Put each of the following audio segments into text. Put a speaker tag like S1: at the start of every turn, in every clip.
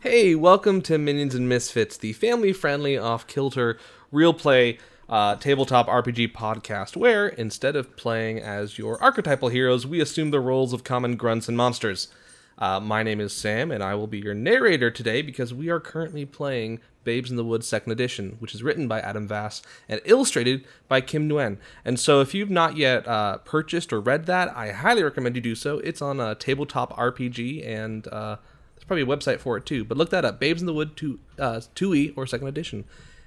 S1: Hey, welcome to Minions and Misfits, the family friendly, off kilter, real play uh, tabletop RPG podcast, where instead of playing as your archetypal heroes, we assume the roles of common grunts and monsters. Uh, my name is Sam, and I will be your narrator today because we are currently playing Babes in the Woods Second Edition, which is written by Adam Vass and illustrated by Kim Nguyen. And so, if you've not yet uh, purchased or read that, I highly recommend you do so. It's on a tabletop RPG, and uh, there's probably a website for it too. But look that up: Babes in the Wood two uh, two E or Second Edition.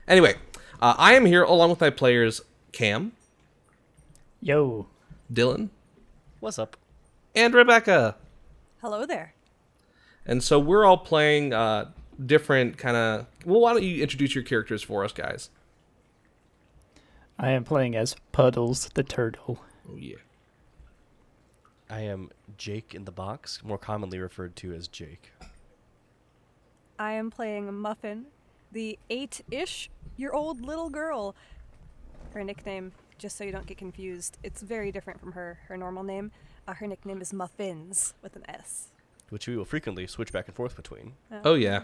S1: Anyway, uh, I am here along with my players Cam,
S2: Yo.
S1: Dylan,
S2: What's up?
S1: and Rebecca.
S3: Hello there.
S1: And so we're all playing uh, different kind of. Well, why don't you introduce your characters for us, guys?
S2: I am playing as Puddles the Turtle.
S1: Oh yeah.
S4: I am Jake in the Box, more commonly referred to as Jake.
S3: I am playing Muffin, the eight ish year old little girl. Her nickname, just so you don't get confused, it's very different from her, her normal name. Uh, her nickname is Muffins with an S.
S4: which we will frequently switch back and forth between.
S1: Oh yeah.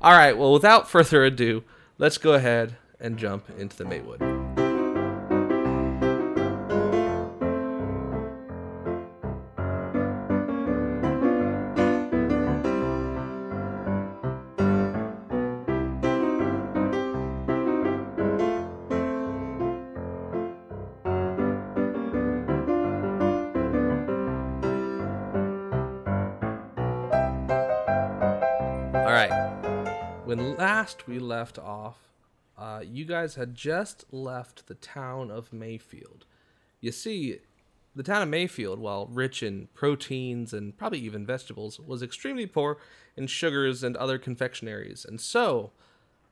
S1: All right. Well, without further ado, let's go ahead and jump into the Maywood. All right. When last we left off, uh, you guys had just left the town of Mayfield. You see, the town of Mayfield, while rich in proteins and probably even vegetables, was extremely poor in sugars and other confectionaries. And so,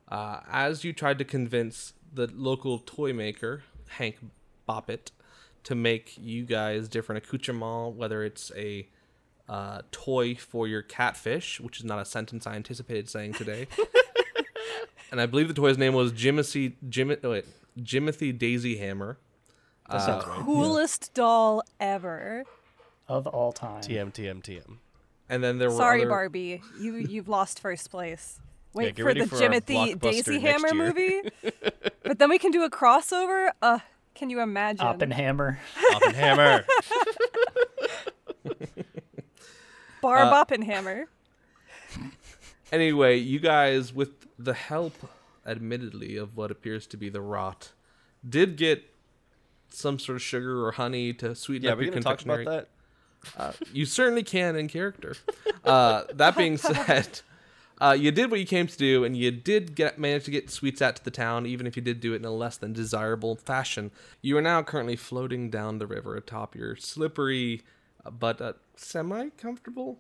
S1: uh, as you tried to convince the local toy maker, Hank Boppet, to make you guys different accoutrements, whether it's a uh, toy for your catfish, which is not a sentence I anticipated saying today. and I believe the toy's name was Jimothy, Jim, no, wait, Jimothy Daisy Hammer.
S4: That sounds right.
S3: Coolest doll ever.
S2: Of all time.
S4: TM, TM, TM.
S1: And then there were
S3: Sorry,
S1: other-
S3: Barbie. You, you've lost first place. Wait
S4: get
S3: for
S4: ready
S3: the
S4: for our
S3: Jimothy
S4: blockbuster
S3: Daisy
S4: next
S3: Hammer
S4: year.
S3: movie. but then we can do a crossover. Uh, can you imagine?
S2: Oppenheimer.
S4: Oppenheimer.
S3: Barb Oppenheimer.
S1: Anyway, you guys, with the help, admittedly, of what appears to be the rot, did get some sort of sugar or honey to sweeten
S4: yeah,
S1: up
S4: we're
S1: your
S4: going to talk about
S1: confectionery.
S4: that.
S1: you certainly can in character. Uh, that being said, uh, you did what you came to do, and you did get manage to get sweets out to the town, even if you did do it in a less than desirable fashion. You are now currently floating down the river atop your slippery, uh, but uh, semi comfortable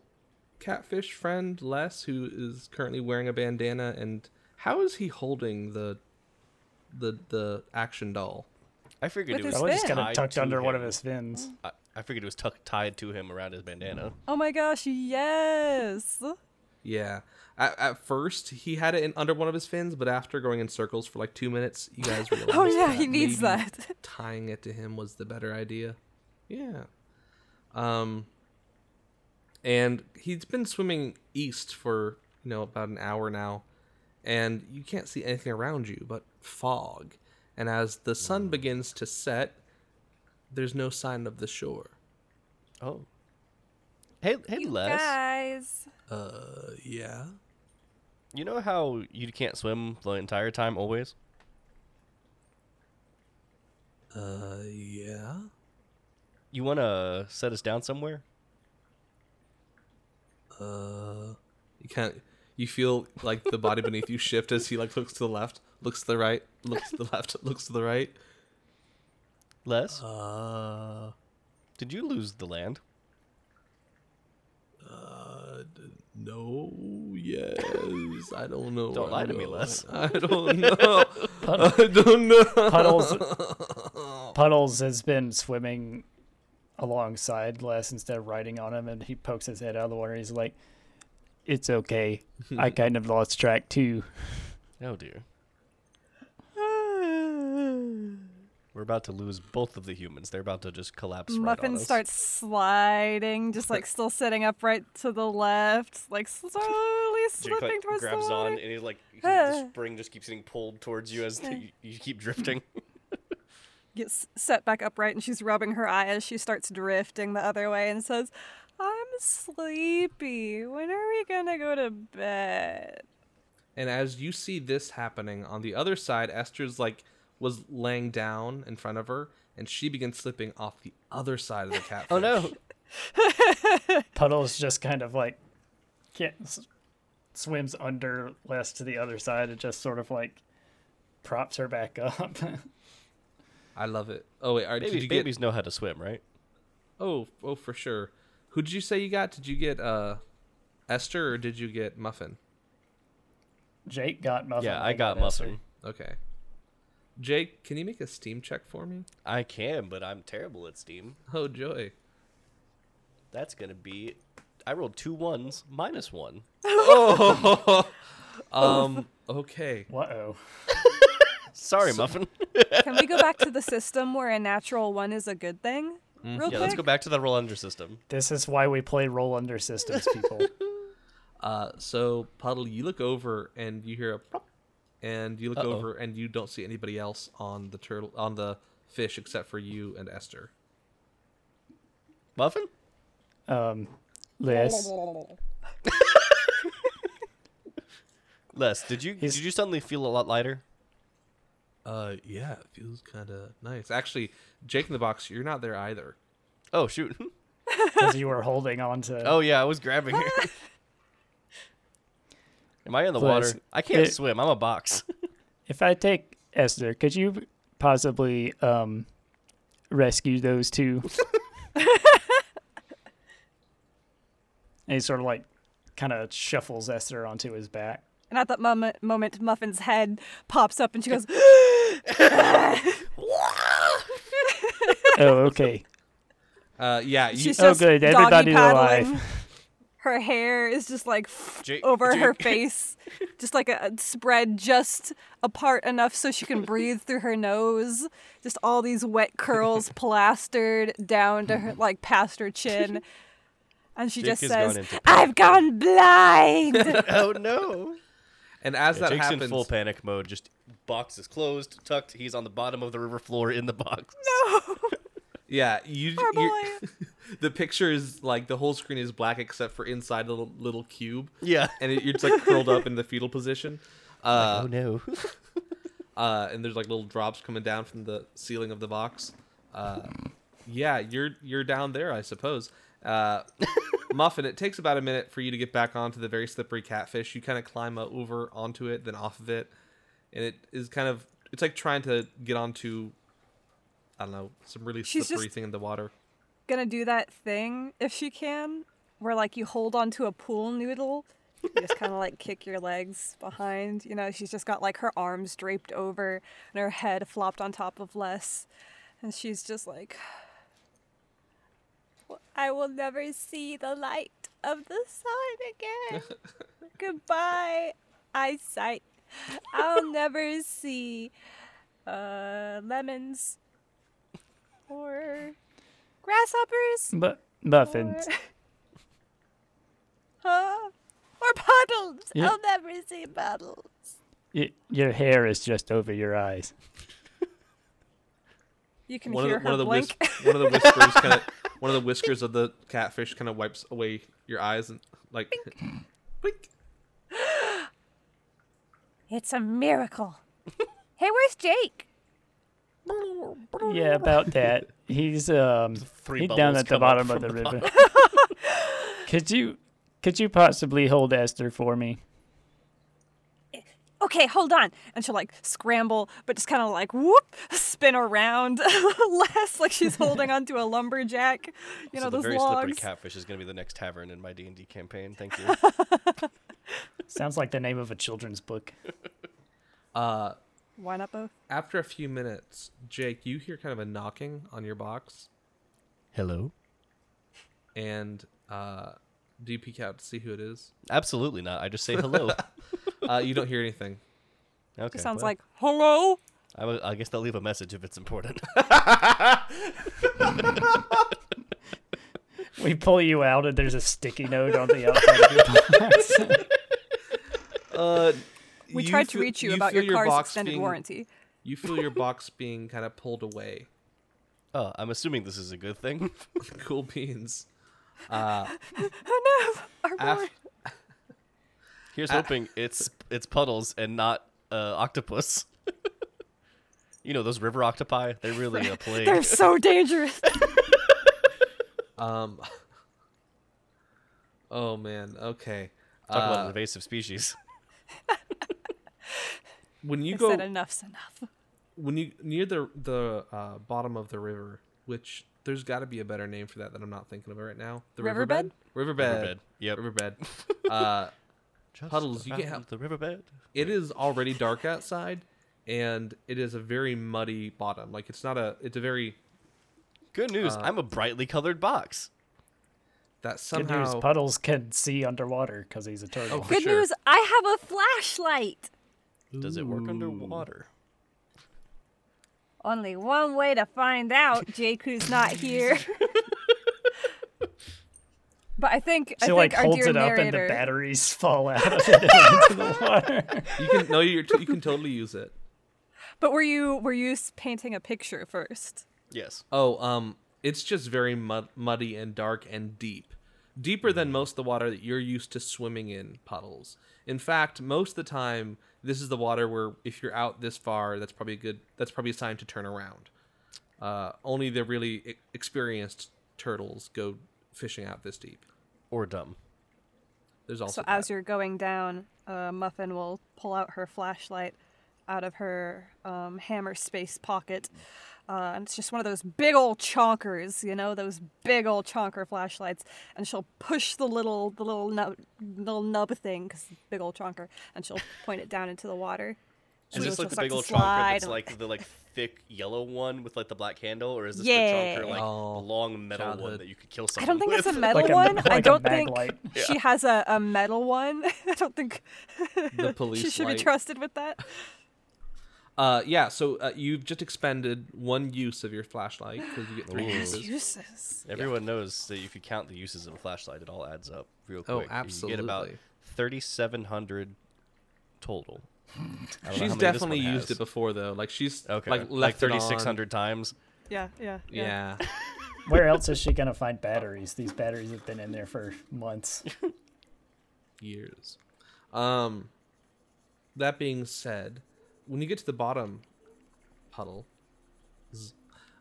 S1: catfish friend Les, who is currently wearing a bandana. And how is he holding the the the action doll?
S4: I figured it was
S3: With his
S2: That was just
S3: fin.
S2: kind of
S4: tied
S2: tucked
S4: to
S2: under one
S4: him.
S2: of his fins.
S4: I, I figured it was tuck, tied to him around his bandana.
S3: Oh my gosh, yes.
S1: Yeah. At, at first, he had it in, under one of his fins, but after going in circles for like two minutes, you guys realized.
S3: Oh yeah,
S1: that
S3: he needs
S1: maybe
S3: that.
S1: Tying it to him was the better idea. Yeah. Um. And he's been swimming east for you know about an hour now, and you can't see anything around you but fog. And as the sun begins to set, there's no sign of the shore.
S4: Oh. Hey, hey, Les.
S3: Guys.
S1: Uh, yeah.
S4: You know how you can't swim the entire time always?
S1: Uh, yeah.
S4: You want to set us down somewhere?
S1: uh you can't you feel like the body beneath you shift as he like looks to the left looks to the right looks to the left looks to the right
S4: Les,
S1: uh,
S4: did you lose the land?
S1: uh no yes i don't know
S4: Don't
S1: I
S4: lie to me,
S1: know.
S4: Les.
S1: i don't know
S2: Puddle,
S1: i don't know
S2: puddles. Puddles has been swimming alongside Les instead of riding on him, and he pokes his head out of the water. He's like, It's okay. I kind of lost track too.
S4: Oh, dear. We're about to lose both of the humans. They're about to just collapse. right
S3: Muffin
S4: on us.
S3: starts sliding, just like still sitting upright to the left, like slowly
S4: Jake
S3: slipping
S4: like,
S3: towards
S4: grabs
S3: the
S4: on,
S3: water.
S4: and he's like, he-
S3: Ah.
S4: the spring just keeps getting pulled towards you as you, you keep drifting.
S3: Gets set back upright, and she's rubbing her eye as she starts drifting the other way, and says, "I'm sleepy. When are we gonna go to bed?"
S1: And as you see this happening on the other side, Esther's like was laying down in front of her, and she begins slipping off the other side of the catfish.
S4: oh no!
S2: Puddles just kind of like can't s- swims under less to the other side and just sort of like props her back up.
S1: I love it. Oh wait, all right, did
S4: Babies,
S1: you
S4: babies know how to swim, right?
S1: get? Oh, oh for sure. Who did you say you got? Did you get uh, Esther or did you get Muffin?
S2: Jake got muffin.
S4: yeah, I got
S2: Esther.
S4: muffin.
S1: Okay. Jake, can you make a Steam check for me?
S4: I can, but I'm terrible at Steam.
S1: Oh joy.
S4: That's gonna be. I rolled two ones minus one.
S1: Oh. um. Okay.
S2: Whoa.
S4: Sorry, muffin.
S3: Can we go back to the system where a natural one is a good thing? Real
S4: Mm-hmm. yeah,
S3: quick.
S4: let's go back to the roll under system.
S2: This is why we play roll under systems, people.
S1: Uh, so puddle, you look over and you hear a plop, and you look
S4: Uh-oh.
S1: over and you don't see anybody else on the turtle on the fish except for you and Esther.
S4: Muffin.
S2: Um, Liz,
S4: Les, did you
S2: He's-
S4: did you suddenly feel a lot lighter?
S1: Uh, yeah, it feels kind of nice. Actually, Jake in the box, you're not there either.
S4: Oh shoot!
S2: because you were holding on to.
S4: Oh yeah, I was grabbing her. Am I in the water?
S2: Les,
S4: I can't
S2: it-
S4: swim. I'm a box.
S2: If I take Esther, could you possibly um, rescue those two? and he sort of like kind of shuffles Esther onto his back.
S3: And at that moment, moment, Muffin's head pops up, and she goes,
S2: Oh, okay.
S1: Uh, yeah, you,
S3: She's
S2: Oh,
S3: just
S2: good.
S3: doggy
S2: Everybody's alive.
S3: paddling. Her hair is just like
S4: Jake-
S3: over her
S4: Jake-
S3: face, just like a, spread just apart enough so she can breathe through her nose. Just all these wet curls plastered down to her, like past her chin. And she
S4: Mm-hmm. Jake
S3: just
S4: has gone
S3: says,
S4: into
S3: "I've gone blind."
S4: oh no!
S1: uh, and as that
S4: Jake's
S1: happens,
S4: in full panic mode. Just box is closed, tucked. He's on the bottom of the river floor in the box.
S1: yeah, you,
S3: Poor
S1: you the picture is like the whole screen is black except for inside the little, little cube,
S4: Yeah.
S1: and it, you're just like curled up in the fetal position.
S4: oh no!
S1: uh, and there's like little drops coming down from the ceiling of the box. Uh, yeah, you're you're down there, I suppose. Uh, Muffin, it takes about a minute for you to get back onto the very slippery catfish. You kind of climb o- over onto it, then off of it, and it is kind of it's like trying to get onto I don't know some really
S3: She's
S1: slippery
S3: just-
S1: thing in the water.
S3: gonna do that thing if she can, where like you hold onto a pool noodle, you just kind of like kick your legs behind. You know, she's just got like her arms draped over and her head flopped on top of Les, and she's just like, "I will never see the light of the sun again. Goodbye, eyesight. I'll never see uh, lemons or grasshoppers."
S2: But muffin,
S3: Or- Huh? Or puddles.
S2: Yeah.
S3: I'll never see puddles.
S2: y- your hair is just over your eyes.
S3: You can
S1: One of
S3: hear
S1: the,
S3: her
S1: one of the whis-
S3: blink.
S1: one of the whiskers kind of one of the whiskers of the catfish kind of wipes away your eyes and like. Wink.
S3: it's a miracle. hey, where's Jake?
S2: Yeah, about that. He's um
S4: Three
S2: he's
S4: bubbles
S2: down at
S4: come
S2: the bottom
S4: up from
S2: of the,
S4: the
S2: river. could you could you possibly hold Esther for me?
S3: Okay, hold on. And she'll like scramble, but just kind of like whoop, spin around less like she's holding onto a lumberjack. You know,
S4: so the
S3: those
S4: very slippery
S3: logs.
S4: catfish is going to be the next tavern in my D and D campaign. Thank you.
S2: Sounds like the name of a children's book.
S3: Why not both?
S1: After a few minutes, Jake, you hear kind of a knocking on your box,
S4: Hello.
S1: and uh, do you peek out to see who it is?
S4: Absolutely not. I just say hello.
S1: Uh, you don't hear anything.
S4: Okay.
S3: It sounds
S4: well,
S3: like, hello?
S4: I will- I guess they'll leave a message if it's important.
S2: We pull you out, and there's a sticky note on the outside of your box.
S1: Uh,
S3: We
S1: you
S3: tried to
S1: feel-
S3: reach you,
S1: you
S3: about
S1: feel
S3: your car's
S1: box
S3: extended
S1: being-
S3: warranty.
S1: You feel your box being kind of pulled away.
S4: oh, I'm assuming this is a good thing.
S1: Cool beans.
S3: Oh no! Our
S1: Af-
S3: warrant. Uh,
S4: Here's hoping it's it's puddles and not uh, octopus. you know those river octopi? They're really a plague.
S3: They're so dangerous.
S1: Um. Oh man. Okay.
S4: Talk about
S1: Uh,
S4: an invasive species.
S1: when you
S3: I
S1: go
S3: said enough's enough.
S1: when you near the the uh, bottom of the river, which there's got to be a better name for that that I'm not thinking of right now. The
S3: Riverbed?
S1: Riverbed.
S4: Riverbed, yep.
S1: Riverbed. Uh,
S4: Just
S1: puddles, you can't
S4: around
S1: help-
S4: the riverbed.
S1: it is already dark outside, and it is a very muddy bottom. Like it's not a. It's a very
S4: Good news.
S3: Uh,
S4: I'm a brightly colored box.
S1: that
S2: Good news,
S1: somehow.
S2: Puddles can see underwater because he's a turtle.
S1: for
S3: Good
S1: sure.
S3: news, I have a flashlight.
S4: Does it work underwater?
S3: Only one way to find out, Jake, who's not here. but I think
S2: She
S3: I think
S2: like
S3: our
S2: holds
S3: dear
S2: it up, and
S3: narrator.
S2: the batteries fall out of it into the water.
S1: You can no. You're t- you can totally use it.
S3: but were you were you s- painting a picture first?
S4: Yes.
S1: Oh, um, it's just very mud- muddy and dark and deep. Deeper than most of the water that you're used to swimming in puddles. In fact, most of the time, this is the water where if you're out this far, that's probably a good. That's probably a sign to turn around. Uh, only the really e- experienced turtles go fishing out this deep.
S4: Or dumb.
S1: There's also
S3: So as
S1: that.
S3: you're going down, uh, Muffin will pull out her flashlight out of her um, hammer space pocket.
S4: Mm.
S3: Uh, and it's just one of those big old chonkers, you know, those big old chonker flashlights. And she'll push the little the little nub, little nub thing, 'cause big old chonker, and she'll point it down into the water.
S4: Is
S3: So
S4: this
S3: she'll
S4: like the
S3: start
S4: big
S3: to
S4: old chonker
S3: slide
S4: that's
S3: and-
S4: like the like thick yellow one with like the black handle, or is this the
S3: Yeah.
S4: chonker like
S1: Oh,
S4: the long metal one
S1: childhood.
S4: that you could kill
S3: I
S4: someone
S3: don't think
S4: with?
S3: it's a metal
S2: Like a-
S3: one. I
S2: like a
S3: don't
S2: mag
S3: think
S2: light.
S3: she has a, a metal one. I don't think
S1: the police.
S3: she should
S1: light.
S3: be trusted with that.
S1: Uh, yeah. So uh, you've just expended one use of your flashlight because you get three
S4: Ooh.
S1: uses.
S3: Uses.
S4: Everyone knows that if you count the uses of a flashlight, it all adds up real
S1: Oh,
S4: quick. You get about
S1: absolutely.
S4: 3,700 total. I don't know how many
S1: She's
S4: this
S1: definitely
S4: one
S1: used
S4: has.
S1: it before though. Like she's
S4: Okay,
S1: like left
S4: like
S1: it on.
S4: 3,600 times.
S3: Yeah, yeah, yeah.
S1: Yeah.
S2: Where else is she gonna find batteries? These batteries have been in there for months.
S1: years. Um that being said, when you get to the bottom puddle z-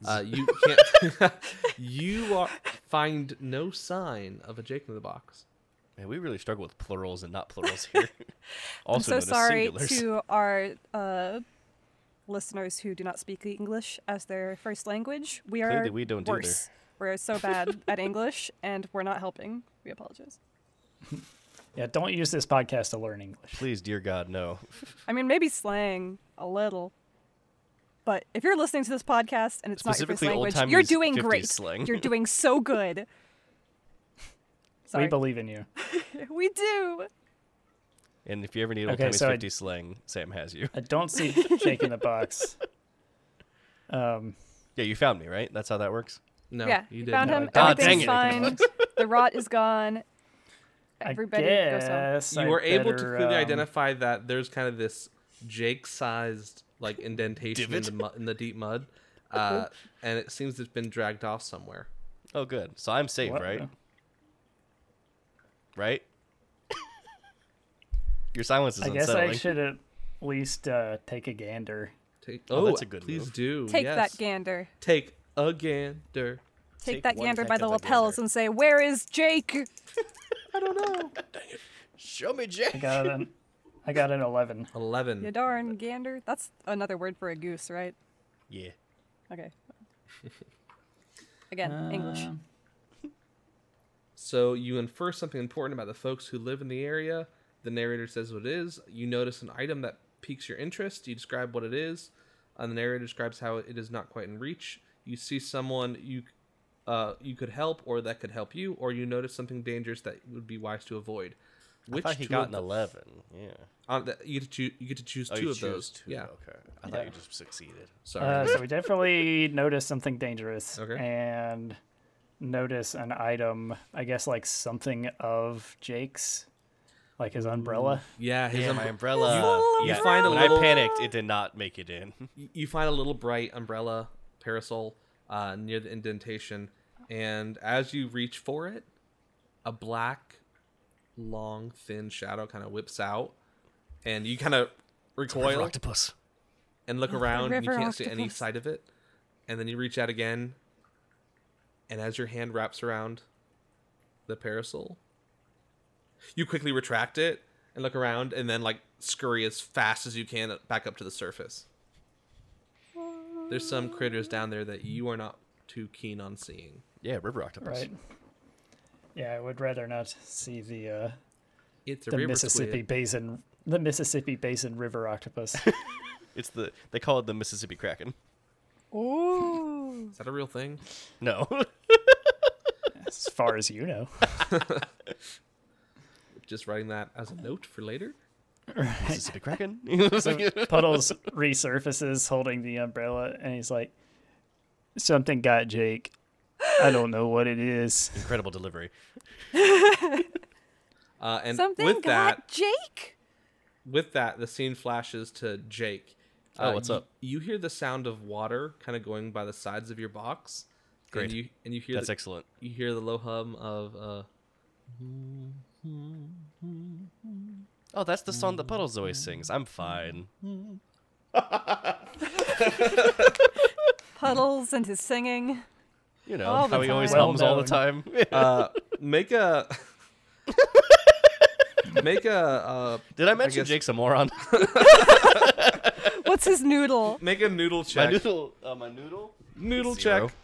S1: uh, you can't you are, find no sign of a Jake in the box.
S4: Man, we really struggle with plurals and not plurals here. also
S3: I'm
S4: known
S3: so sorry
S4: as singulars.
S3: to our uh, listeners who do not speak English as their first language. We are
S4: Clearly we don't either.
S3: worse. We're so bad at English, and we're not helping. We apologize.
S2: Yeah, don't use this podcast to learn English.
S4: Please, dear God, no.
S3: I mean, maybe slang a little, but if you're listening to this podcast and it's not your first
S4: Specifically
S3: language,
S4: old-timey
S3: you're
S4: s-
S3: doing
S4: 50s
S3: great.
S4: slang.
S3: You're doing so good. Sorry.
S2: We believe in you.
S3: we do.
S4: And if you ever need old
S2: Okay,
S4: timey
S2: so I-
S4: 50 slang, Sam has you.
S2: I don't see Jake in the box. Um,
S4: Yeah, you found me, right? That's how that works?
S1: No,
S3: yeah,
S1: you didn't.
S3: we found
S2: No,
S3: him.
S2: I
S4: didn't.
S3: Everything's
S4: Ah, dang
S3: fine. the rot is gone. Everybody
S2: I
S3: goes home.
S2: guess I
S1: you were able to
S2: better,
S1: clearly
S2: um,
S1: identify that there's kind of this Jake-sized like indentation in
S4: Divot?
S1: the mu- in the deep mud, uh, and it seems it's been dragged off somewhere.
S4: Oh, good. So I'm safe,
S2: What?
S4: right? Right? Your silence is
S2: I guess
S4: unsettling.
S2: I should at least uh, take a gander.
S1: Take,
S4: Oh, that's a good
S1: Please
S4: move.
S1: do.
S3: Take
S1: yes.
S3: that gander.
S1: Take a gander.
S3: Take,
S4: Take
S3: that
S4: one
S3: gander
S4: heck
S3: by the
S4: of a
S3: lapels
S4: gander.
S3: and say, "Where is Jake?"
S4: Show me
S2: I
S4: Jake.
S2: got an, I got an eleven.
S1: Eleven.
S3: You darn gander. That's another word for a goose, right?
S4: Yeah.
S3: Okay. Again,
S2: Um,
S3: English.
S1: So you infer something important about the folks who live in the area. The narrator says what it is. You notice an item that piques your interest. You describe what it is. And the narrator describes how it is not quite in reach. You see someone you uh, you could help or that could help you, or you notice something dangerous that would be wise to avoid. Which
S4: I thought he
S1: two
S4: got
S1: of
S4: an
S1: the-
S4: eleven. Yeah.
S1: on the, you, get to choose, you get to choose
S4: Oh,
S1: two
S4: you
S1: of
S4: choose
S1: those.
S4: two.
S1: Yeah.
S4: Okay. I thought
S2: Yeah.
S4: you just succeeded.
S1: Sorry.
S2: Uh, so we definitely notice something dangerous
S1: Okay.
S2: and notice an item, I guess like something of Jake's, like his umbrella.
S1: yeah. His
S4: yeah, my
S1: umbre-
S4: umbrella.
S3: You-
S4: yeah.
S3: you find a
S4: when
S1: little-
S4: I panicked, it did not make it in.
S1: y- you find a little bright umbrella parasol uh, near the indentation, and as you reach for it, a black, long, thin shadow kind of whips out, and you kind of recoil
S4: octopus.
S1: and look around, and you
S3: Oh, river
S1: can't see any
S3: octopus.
S1: side of it. And then you reach out again, and as your hand wraps around the parasol, you quickly retract it and look around, and then like scurry as fast as you can back up to the surface. There's some critters down there that you are not too keen on seeing.
S4: Yeah, river octopus.
S2: Right. Yeah, I would rather not see the uh,
S1: It's a
S2: the
S1: river
S2: Mississippi
S1: squid.
S2: Basin, the Mississippi Basin River octopus.
S4: It's the they call it the Mississippi Kraken.
S3: Ooh.
S1: Is that a real thing?
S4: No.
S2: as far as you know,
S1: Just writing that as a note for later.
S4: Mississippi Kraken.
S2: Puddles resurfaces holding the umbrella, and he's like, "Something got Jake. I don't know what it is."
S4: Incredible delivery.
S1: Uh, and
S3: Something
S1: with
S3: got
S1: that,
S3: Jake.
S1: with that, the scene flashes to Jake. Uh,
S4: Oh, what's
S1: you-
S4: up?
S1: You hear the sound of water kind of going by the sides of your box.
S4: Great.
S1: And you, and you hear
S4: That's
S1: the,
S4: excellent.
S1: you hear the low hum of uh,
S4: Oh, that's the song that
S3: Mm.
S4: Puddles always sings. I'm fine.
S3: Puddles and his singing.
S4: You know
S3: All the
S4: how he always
S3: time.
S4: hums all the time.
S1: uh make a make a uh,
S4: Did I mention
S1: guess-
S4: Jake's a moron?
S3: What's his noodle?
S1: make a noodle
S4: my
S1: check.
S4: noodle. Uh, my noodle.
S1: noodle
S4: Zero.
S1: check.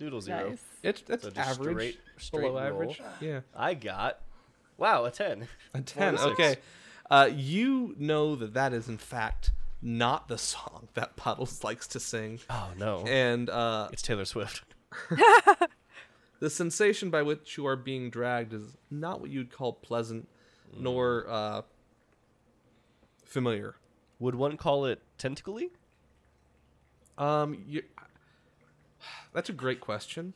S4: Noodle zero.
S3: Nice.
S1: It's that's
S4: So just
S1: average,
S4: straight- straight
S1: below
S4: roll.
S1: average. Yeah,
S4: I got. Wow, a ten.
S1: a ten.
S4: six.
S1: Okay, uh, you know that that is in fact not the song that Puddles likes to sing,
S4: Oh no.
S1: and uh,
S4: It's Taylor Swift.
S1: the sensation by which you are being dragged is not what you'd call pleasant,
S4: Mm.
S1: nor uh, familiar.
S4: Would one call it tentacly?
S1: Um, you, that's a great question.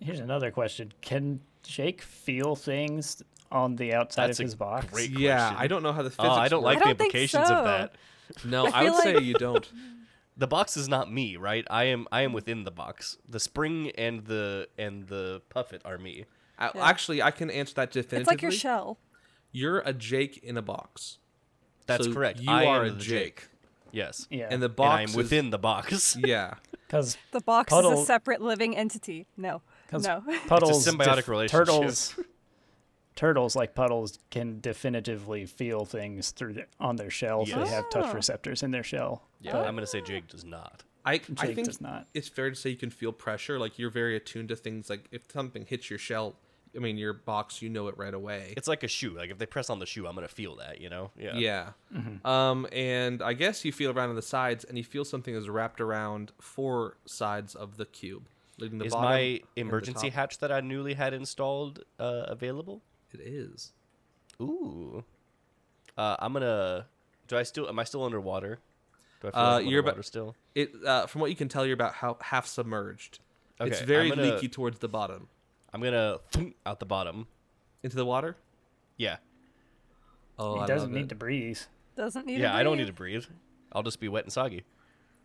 S2: Here's another question: Can Jake feel things on the outside
S4: That's a
S2: of his box?
S4: great-
S1: Yeah,
S4: question.
S1: I don't know how the
S4: Oh,
S1: physics.
S4: I don't
S1: work.
S4: like
S3: I
S4: the
S3: don't think
S4: implications
S3: so.
S4: of that.
S1: No, I,
S3: I
S1: would
S3: feel
S1: say
S3: like-
S1: you don't.
S4: The box is not me, right? I am I am within the box. The spring and the and the puffet are me.
S1: I,
S3: Yeah.
S1: Actually, I can answer that definitively.
S3: It's like your shell.
S1: You're a Jake in a box.
S4: That's
S1: So
S4: correct.
S1: You
S4: I
S1: are
S4: am
S1: a
S4: the
S1: Jake.
S4: Yes.
S2: Yeah,
S1: And the
S4: And
S1: box
S4: I am
S1: is-
S4: within the box.
S1: yeah.
S2: because
S3: The box is
S2: Puddle-
S3: a separate living entity. No. No.
S2: puddles
S4: symbiotic
S2: def-
S4: relationship.
S2: Turtles, turtles like puddles can definitively feel things through the, on their shells. They have touch
S3: Yes.
S2: receptors in their shell.
S4: Yeah, I'm gonna say Jake does not.
S1: I, I
S2: Jake
S1: think
S2: does not.
S1: it's fair to say you can feel pressure. Like you're very attuned to things. Like if something hits your shell, I mean your box, you know it right away.
S4: It's like a shoe. Like if they press on the shoe, I'm gonna feel that. You know? Yeah.
S1: yeah.
S4: Mm-hmm.
S1: Um, and I guess you feel around on the sides, and you feel something is wrapped around four sides of the cube, leaving the
S4: Is
S1: bottom. and
S4: my
S1: the
S4: emergency
S1: top.
S4: hatch that I newly had installed uh, available?
S1: It is.
S4: Ooh. Uh, I'm gonna. Do I still? Am I still underwater? Do I feel
S1: Uh,
S4: like I'm
S1: you're about-
S4: underwater still?
S1: It uh, from what you can tell, you're about how, half submerged. it's
S4: Okay, I'm
S1: very
S4: gonna-
S1: leaky towards the bottom,
S4: I'm gonna thunk out the bottom.
S1: into the water.
S4: Yeah.
S1: Oh,
S2: he
S1: I
S2: doesn't
S1: love
S2: need
S1: it.
S2: to breathe.
S3: Doesn't need.
S4: Yeah.
S3: to
S4: I don't need to breathe. I'll just be wet and soggy.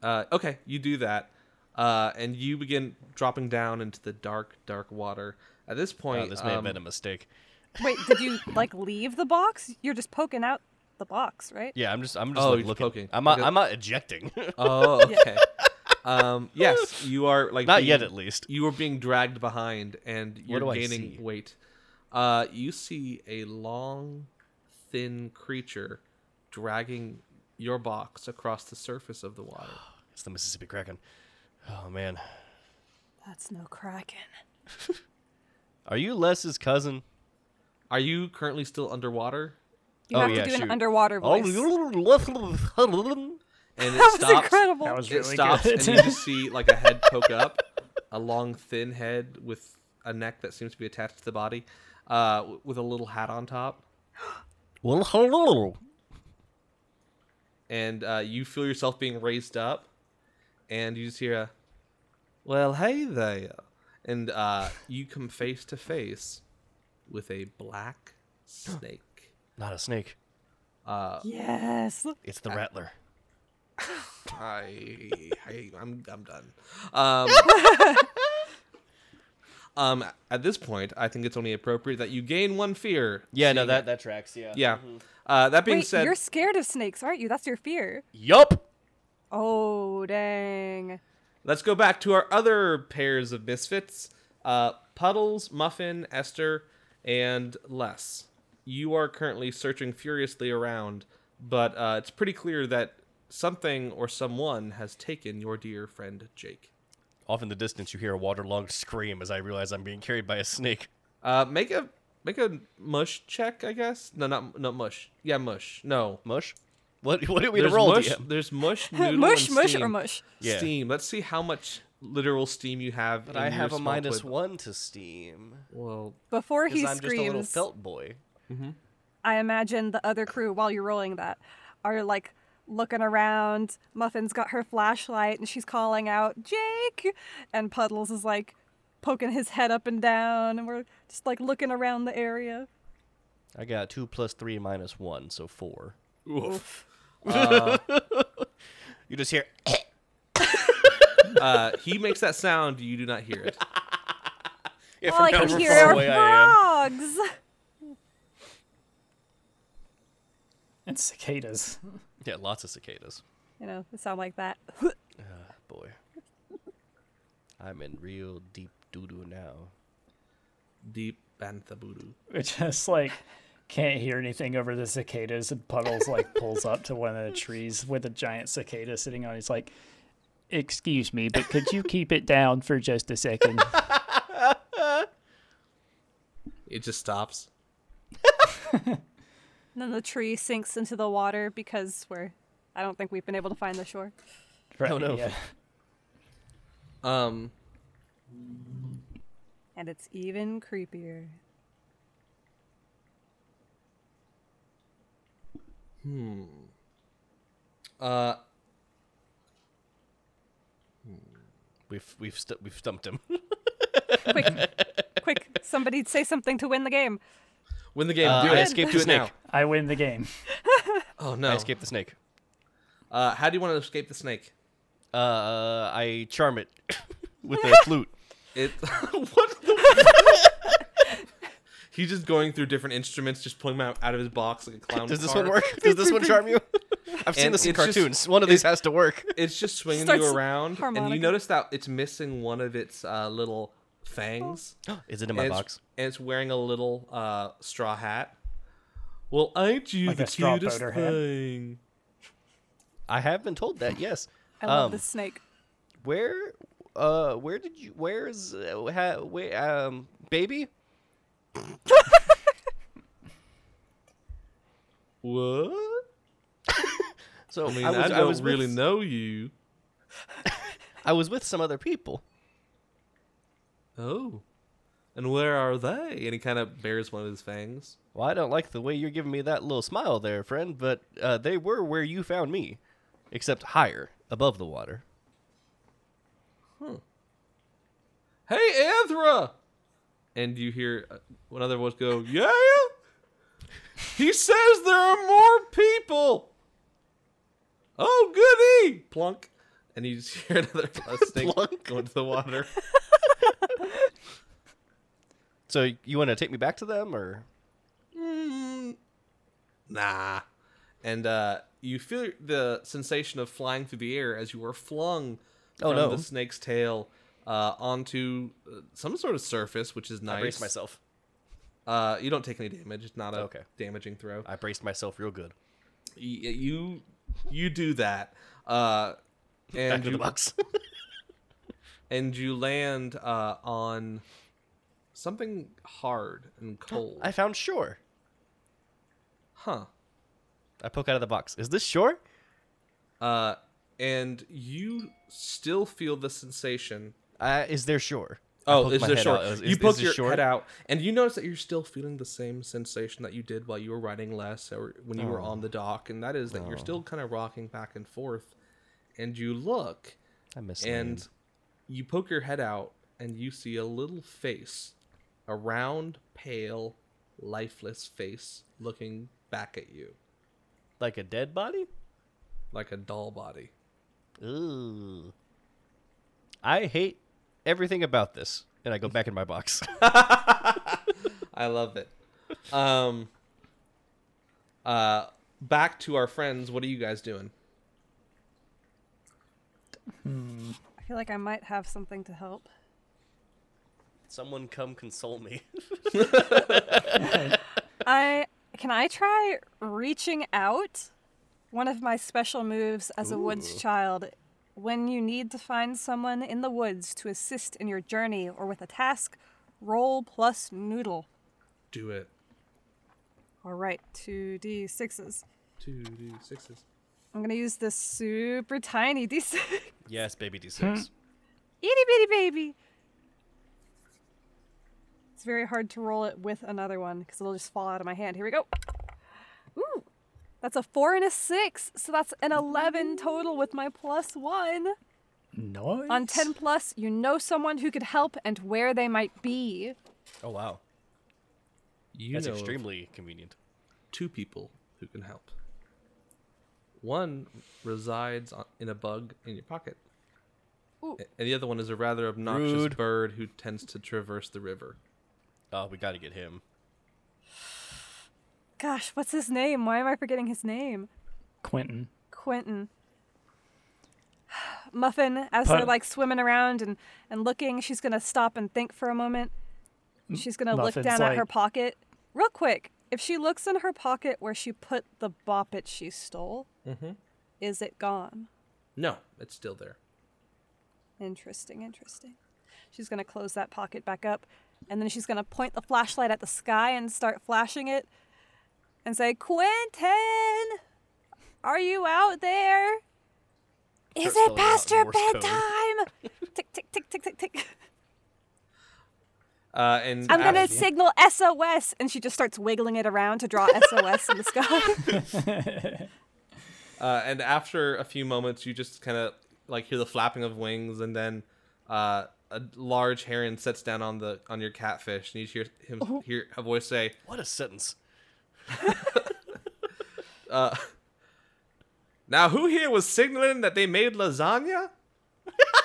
S1: Uh, okay, you do that, uh, and you begin dropping down into the dark, dark water. At this
S4: Uh,
S1: point,
S4: this may have
S1: um,
S4: been a mistake.
S3: Wait, did you like leave the box? You're just poking out the box, right?
S4: Yeah. I'm just. I'm just
S1: Oh,
S4: like,
S1: you're
S4: looking.
S1: poking.
S4: I'm not.
S1: Okay.
S4: I'm not ejecting.
S1: oh, okay. um, yes, you are like
S4: not
S1: being-
S4: yet, at least.
S1: You are being dragged behind, and you're
S4: do I
S1: gaining
S4: see?
S1: weight. Uh, you see a long, thin creature dragging your box across the surface of the water.
S4: It's the Mississippi Kraken. Oh man.
S3: That's no kraken.
S4: Are you Les's cousin?
S1: Are you currently still underwater?
S3: You
S4: Oh,
S3: have
S4: yeah,
S3: to do
S4: shoot.
S3: an underwater
S4: Oh,
S3: voice.
S4: you-
S1: And it
S3: that was
S1: stops.
S3: incredible.
S2: That was
S1: it
S2: really
S1: stops
S2: good.
S1: and you just see like a head poke up a long thin head with a neck that seems to be attached to the body uh, w- with a little hat on top.
S4: Well, hello.
S1: and uh, you feel yourself being raised up, and you just hear a, "Well, hey there," and uh, you come face to face with a black snake.
S4: Not a snake.
S1: Uh,
S3: Yes.
S4: It's
S1: Ah.
S4: the rattler.
S1: I, I, I'm, I'm done. Um, um, at this point, I think it's only appropriate that you gain one fear.
S4: Yeah, no,
S1: seeing-
S4: that that tracks. Yeah.
S1: Yeah. Uh, that being
S3: Wait,
S1: said,
S3: you're scared of snakes, aren't you? That's your fear.
S4: Yup.
S3: Oh, dang.
S1: Let's go back to our other pairs of misfits uh, Puddles, Muffin, Esther, and Les. You are currently searching furiously around, but uh, it's pretty clear that something or someone has taken your dear friend Jake.
S4: Off in the distance, you hear a waterlogged scream as I realize I'm being carried by a snake.
S1: Uh, make a make a mush check, I guess. No, not not mush. Yeah, mush. No,
S4: Mush. What? What did we
S1: there's
S4: roll?
S1: mush.
S4: DM?
S1: There's mush, noodle,
S3: mush,
S1: and
S3: mush, or
S1: steam.
S3: mush.
S4: Yeah.
S1: Steam. Let's see how much literal steam you have.
S4: But
S1: in
S4: I
S1: your
S4: have a
S1: small
S4: minus
S1: twib-
S4: one to steam.
S1: Well,
S3: Before
S4: Because
S3: he
S4: I'm just a little
S3: screams,
S4: felt boy.
S3: I imagine the other crew, while you're rolling that, are like looking around. Muffin's got her flashlight and she's calling out, Jake! And Puddles is like poking his head up and down, and we're just like looking around the area.
S4: I got two plus three minus one, so four. Uh,
S1: oof.
S4: You just hear.
S1: Uh, he makes that sound. You do not hear it.
S4: Yeah,
S3: All I
S4: however
S3: can
S4: far
S3: hear are
S4: away I am.
S3: frogs!
S2: And cicadas.
S4: Yeah, lots of cicadas.
S3: You know, it sound like that.
S4: Ah, boy. I'm in real deep doo doo now.
S1: Deep Banthaburu.
S2: It just like can't hear anything over the cicadas and puddles like pulls up to one of the trees with a giant cicada sitting on it. he's like excuse me but could you keep it down for just a second
S1: It just stops.
S3: And then the tree sinks into the water because we're. I don't think we've been able to find the shore.
S2: right,
S4: no.
S2: yeah.
S1: Um,
S3: And it's even creepier.
S1: uh,
S4: We've we've stu- we've stumped him.
S3: Quick, quick, somebody say something to win the game.
S1: win the game.
S4: Uh,
S1: do
S4: I
S1: it.
S4: escaped
S1: do
S4: the
S1: it now.
S4: snake.
S2: i win the game
S1: Oh no.
S4: I escape the snake.
S1: Uh, how do you want to escape the snake?
S4: Uh, I charm it with a flute.
S1: It. what? the- He's just going through different instruments, just pulling them out, out of his box like a clown.
S4: Does this
S1: car.
S4: one work? Does this one charm you? I've seen
S1: And
S4: this in
S1: it's just-
S4: cartoons. One of these has to work.
S1: It's just swinging you
S3: Starts
S1: around, and you
S3: harmonica.
S1: notice that it's missing one of its uh, little fangs.
S4: Is it in
S1: and
S4: my
S1: it's-
S4: box?
S1: And it's wearing a little uh, straw hat. Well, ain't you
S2: Like
S1: the
S2: a straw
S1: cutest
S2: boater hat?
S1: thing?
S4: I have been told that. Yes.
S3: I love
S4: Um,
S3: this snake.
S4: Where, uh, where did you? Where's uh, ha, wait, um, baby?
S1: What?
S4: So
S1: I mean,
S4: I
S1: I,
S4: was,
S1: don't
S4: I was
S1: really
S4: with,
S1: know you.
S4: I was with some other people.
S1: Oh. And where are they? And he kind of bears one of his fangs.
S4: Well, I don't like the way you're giving me that little smile there, friend. But uh, they were where you found me, except higher, above the water.
S1: Hey, Ezra! And you hear uh, another voice go, Yeah? He says there are more people! Oh, goody! Plunk. And you just hear another snake
S4: Plunk.
S1: go into the water.
S4: So you want to take me back to them, or
S1: nah. And uh, you feel the sensation of flying through the air as you are flung
S4: Oh,
S1: from
S4: no.
S1: the snake's tail uh, onto uh, some sort of surface, which is nice.
S4: I braced myself?
S1: Uh, you don't take any damage. It's not a
S4: Okay.
S1: damaging throw.
S4: I braced myself real good.
S1: Y- you you do that, uh,
S4: Back
S1: and
S4: to the
S1: you
S4: box.
S1: and you land uh, on something hard and cold.
S4: I found shore.
S1: huh.
S4: I poke out of the box. Is this shore?
S1: Uh, and you still feel the sensation
S4: Uh, is there shore?
S1: Oh,
S4: poked
S1: is
S4: my
S1: this
S4: head
S1: short?
S4: out. Is-
S1: you
S4: is-
S1: poke
S4: is this
S1: your
S4: short?
S1: head out, and you notice that you're still feeling the same sensation that you did while you were riding less, or when you
S4: Oh.
S1: were on the dock, and that is that you're still kind of rocking back and forth. And you look,
S4: I miss
S1: and you poke your head out, and you see a little face, a round, pale, lifeless face looking back at you
S4: like a dead body.
S1: like a doll body.
S4: Ooh. I hate everything about this, and I go back in my box.
S1: I love it. Um. Uh, back to our friends. What are you guys doing?
S3: I feel like I might have something to help.
S4: Someone come console me.
S3: I can I try reaching out? One of my special moves as a woods child. When you need to find someone in the woods to assist in your journey or with a task, roll plus noodle.
S1: Do it.
S3: All right, two d6s.
S1: Two, two sixes.
S3: I'm gonna use this super tiny d6.
S4: yes, baby D6.
S2: Hmm.
S3: Itty bitty baby. It's very hard to roll it with another one because it'll just fall out of my hand. Here we go. Ooh, that's a four and a six, so that's an eleven total with my plus one.
S2: Nice.
S3: On ten plus, you know someone who could help and where they might be.
S4: oh wow,
S1: You
S4: that's
S1: know of
S4: extremely convenient.
S1: two people who can help. One resides on, in a bug in your pocket,
S3: Ooh.
S1: A- and the other one is a rather obnoxious
S4: Rude.
S1: bird who tends to traverse the river.
S4: Oh, we got to get him.
S3: Gosh, what's his name? Why am I forgetting his name?
S2: Quentin.
S3: Quentin. Muffin, as they're
S2: Pardon?
S3: like swimming around and, and looking, she's gonna stop and think for a moment. She's gonna look
S2: Muffin's
S3: down at her
S2: like-
S3: pocket. Real quick, if she looks in her pocket where she put the boppet she stole,
S2: Mm-hmm.
S3: is it gone?
S1: No, it's still there.
S3: Interesting, interesting. She's gonna close that pocket back up, and then she's gonna point the flashlight at the sky and start flashing it and say, Quentin, are you out there? Is
S4: Start spelling
S3: it
S4: it out
S3: past
S4: in
S3: your
S4: Morse code."
S3: bedtime? tick, tick, tick, tick, tick, tick.
S1: Uh, and
S3: I'm gonna
S1: after-
S3: signal SOS, and she just starts wiggling it around to draw SOS in the sky.
S1: Uh, and after a few moments, you just kind of like hear the flapping of wings, and then uh, a large heron sits down on the on your catfish, and you hear him
S3: Oh.
S1: hear a voice say,
S4: What a sentence.
S1: "Now, who here was signaling that they made lasagna?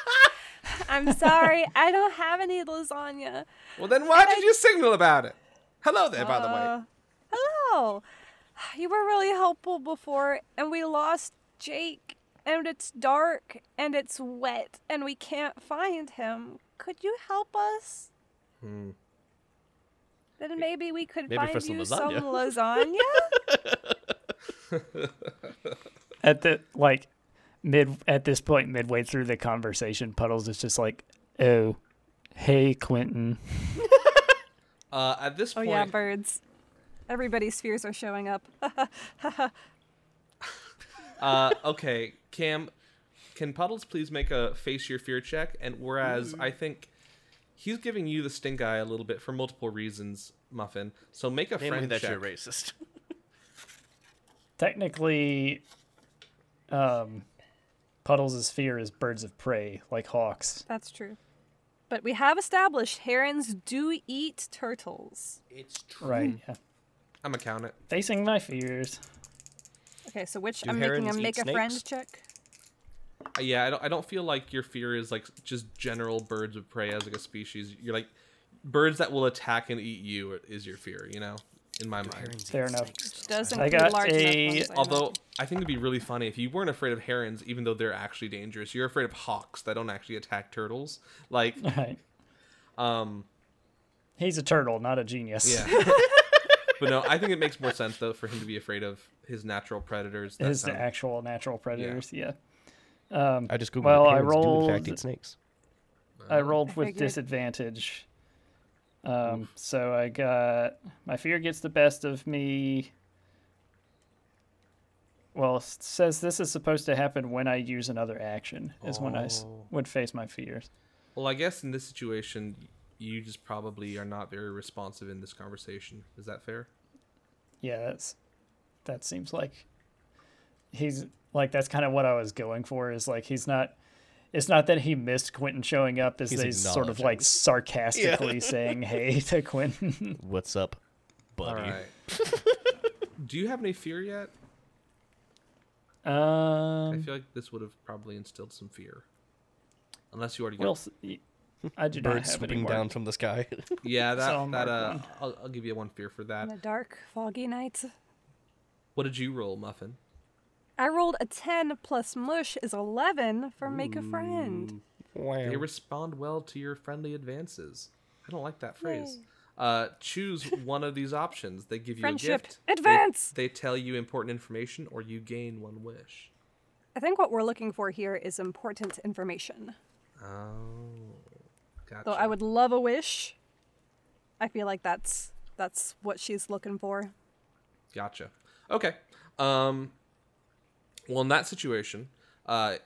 S3: I'm sorry, I don't have any lasagna.
S1: Well, then why did you signal about it? Hello there, by the way.
S3: Uh, hello. You were really helpful before, and we lost Jake, and it's dark, and it's wet, and we can't find him. Could you help us? Then maybe we could
S4: Hmm. Maybe
S3: find
S4: for some
S3: you
S4: lasagna.
S3: some lasagna.
S2: At the like mid at this point, midway through the conversation, Puddles is just like, "Oh, hey, Quentin."
S1: Uh, at this
S3: oh
S1: point,
S3: yeah, birds. Everybody's fears are showing up.
S1: uh, okay, Cam, can Puddles please make a face your fear check? And whereas I think he's giving you the stink eye a little bit for multiple reasons, Muffin. So make a
S4: Namely
S1: friend
S4: that
S1: check.
S4: you're racist.
S2: Technically, um, Puddles' fear is birds of prey, like hawks.
S3: That's true. But we have established herons do eat turtles.
S4: It's true.
S1: Hmm.
S2: Right. yeah.
S1: I'm gonna count it.
S2: Facing my fears.
S3: Okay, so which
S4: Do
S3: I'm making
S4: herons
S3: a
S4: eat
S3: make a friend
S4: snakes?
S3: check.
S1: Uh, Yeah, I don't. I don't feel like your fear is like just general birds of prey as like a species. You're like birds that will attack and eat you is your fear. You know, in my mind.
S2: Fair enough.
S3: Which does
S2: I
S3: include
S2: got
S3: large
S2: a-
S3: enough ones, I
S1: Although
S3: imagine.
S1: I think it'd be really funny if you weren't afraid of herons, even though they're actually dangerous. You're afraid of hawks that don't actually attack turtles. Like,
S2: Right.
S1: um,
S2: He's a turtle, not a genius.
S1: yeah. but no, I think it makes more sense though for him to be afraid of his natural predators. That
S2: His
S1: sound-
S2: actual natural predators. Yeah.
S4: I just googled.
S2: Well, I
S4: it. Herons Do in fact
S2: rolled-
S4: eat snakes.
S2: I rolled with
S3: figured.
S2: disadvantage. Um, so I got my fear gets the best of me. Well, it says this is supposed to happen when I use another action. Is when I s-
S1: Oh.
S2: would face my fears.
S1: Well, I guess in this situation, you just probably are not very responsive in this conversation. Is that fair?
S2: Yeah, that's that seems like he's like that's kind of what I was going for is like he's not it's not that he missed Quentin showing up is
S4: He's
S2: that he's sort of like
S4: acknowledging.
S2: sarcastically saying hey to Quentin.
S4: What's up, buddy?
S1: All right. Do you have any fear yet? I
S2: um
S1: feel like this would have probably instilled some fear. Unless you already got.
S2: well s- y- I do not
S4: Bird
S2: have
S4: swooping
S2: any
S4: down
S2: down.
S4: from the sky.
S1: yeah, that,
S2: so I'll
S1: that uh,
S2: mark
S1: I'll, I'll give you one fear for that.
S3: On a dark, foggy night.
S1: What did you roll, Muffin?
S3: I rolled a 10 plus mush is 11 for make a friend.
S1: They respond well to your friendly advances. I don't like that phrase. Uh, choose one of these options. They give you
S3: Friendship.
S1: a gift.
S3: Advance!
S1: They, they tell you important information, or you gain one wish.
S3: I think what we're looking for here is important information.
S1: Oh, gotcha.
S3: Though I would love a wish. I feel like that's that's what she's looking for.
S1: Gotcha. Okay. Um, well, in that situation, uh,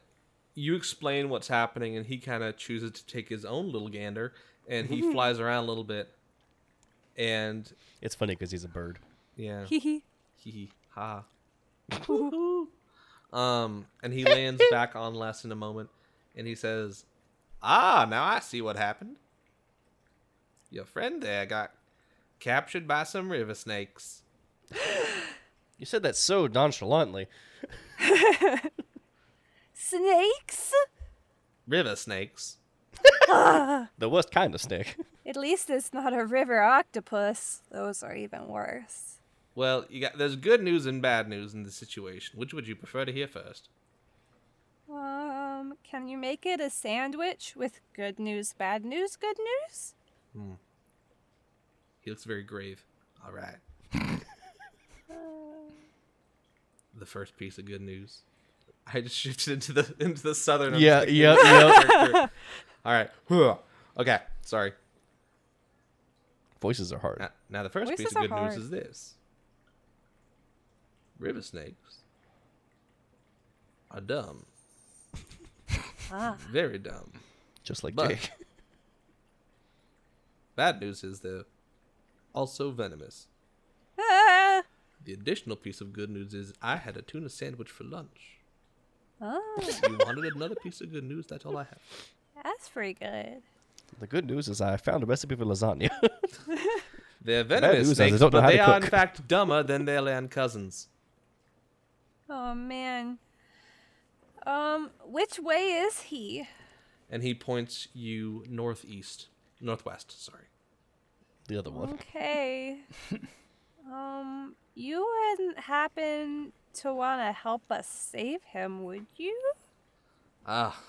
S1: you explain what's happening, and he kind of chooses to take his own little gander, and he flies around a little bit, and
S4: It's funny because he's a bird.
S1: yeah,
S3: Hee hee.
S1: hee hee ha. um, and he lands back on Les in a moment, and he says, "Ah, now I see what happened. Your friend there got captured by some river snakes."
S4: You said that so nonchalantly.
S3: Snakes?
S1: River snakes.
S4: The worst kind of snake.
S3: At least it's not a river octopus. Those are even worse.
S1: Well, you got there's good news and bad news in this situation. Which would you prefer to hear first?
S3: Um, can you make it a sandwich with good news, bad news, good news?
S1: He looks very grave. All right. the first piece of good news. I just shifted into the into the southern. I'm
S4: Yeah,
S1: just thinking
S4: yeah,
S1: of
S4: yeah.
S1: the character. All right. Whew. Okay. Sorry.
S4: Voices are hard.
S1: Now, now the first
S3: Voices
S1: piece of
S3: are
S1: good
S3: hard.
S1: news is this: river snakes are dumb,
S3: Ah,
S1: very dumb.
S4: Just like
S1: But-
S4: Jake.
S1: Bad news is they're also venomous.
S3: ah,
S1: The additional piece of good news is I had a tuna sandwich for lunch.
S3: ah,
S1: You wanted another piece of good news? That's all I have.
S3: that's pretty good.
S4: The good news is I found a recipe for lasagna.
S1: They're
S4: news
S1: venomous
S4: is they
S1: snakes,
S4: don't know
S1: but
S4: how
S1: they
S4: to
S1: are in
S4: cook.
S1: fact dumber than their land cousins.
S3: Oh man. Um, which way is he?
S1: And he points you northeast, northwest. Sorry.
S4: the other one.
S3: Okay. um, you wouldn't happen to want to help us save him, would you?
S1: Ah.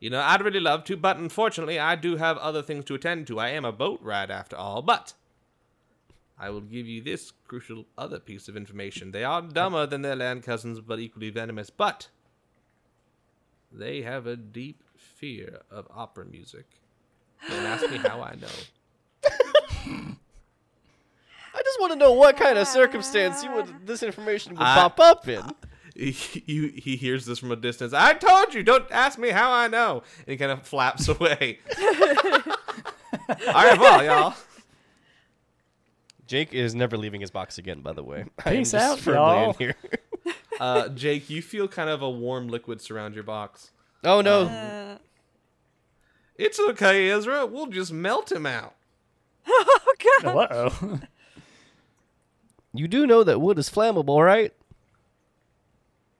S1: You know, I'd really love to, but unfortunately, I do have other things to attend to. I am a boat ride after all, but I will give you this crucial other piece of information. They are dumber than their land cousins, but equally venomous, but they have a deep fear of opera music. Don't ask me how I know.
S4: I just want to know what kind of circumstance you would this information would pop up in.
S1: He, he, he hears this from a distance. I told you, don't ask me how I know. And he kind of flaps away. all right, well, y'all.
S4: Jake is never leaving his box again, by the way. I am
S2: Peace
S4: just
S2: out,
S4: firmly
S2: y'all.
S4: in here.
S1: Uh, Jake, you feel kind of a warm liquid surround your box.
S4: Oh no.
S3: Uh,
S1: It's okay, Ezra. We'll just melt him out.
S3: oh god.
S2: Uh oh.
S4: you do know that wood is flammable, right?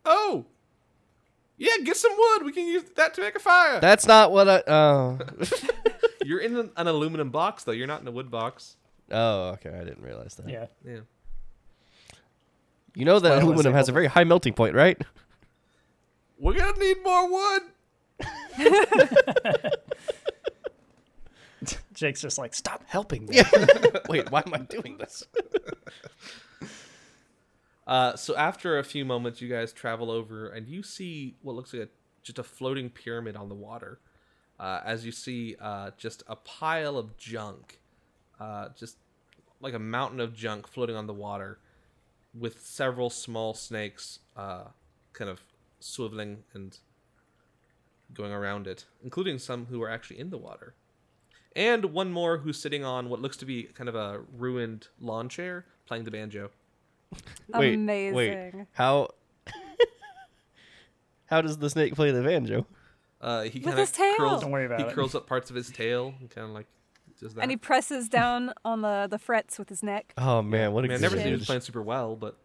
S1: Oh, yeah. Get some wood. We can use that to make a fire.
S4: That's not what I oh.
S1: You're in an, an aluminum box, though. You're not in a wood box.
S4: oh, okay. I didn't realize that.
S2: yeah.
S1: Yeah.
S4: You know that
S2: Spoiler
S4: aluminum has a
S2: signal.
S4: very high melting point, right?
S1: We're gonna need more wood.
S2: Jake's just like, stop helping me.
S4: Wait, why am I doing this?
S1: Uh, so after a few moments, you guys travel over and you see what looks like a, just a floating pyramid on the water. Uh, as you see, uh, just a pile of junk, uh, just like a mountain of junk floating on the water, with several small snakes uh, kind of swiveling and going around it, including some who are actually in the water. And one more who's sitting on what looks to be kind of a ruined lawn chair playing the banjo.
S4: Wait,
S3: Amazing.
S4: wait. How How does the snake play the banjo?
S1: Uh, he kind of
S3: his tail!
S1: curls.
S2: Don't worry about
S1: he
S2: it.
S1: curls up parts of his tail and kind of like does that.
S3: And he presses down on the, the frets with his neck.
S4: Oh man, what a
S1: I mean, I
S4: good
S1: never seen him
S4: image.
S1: playing super well, but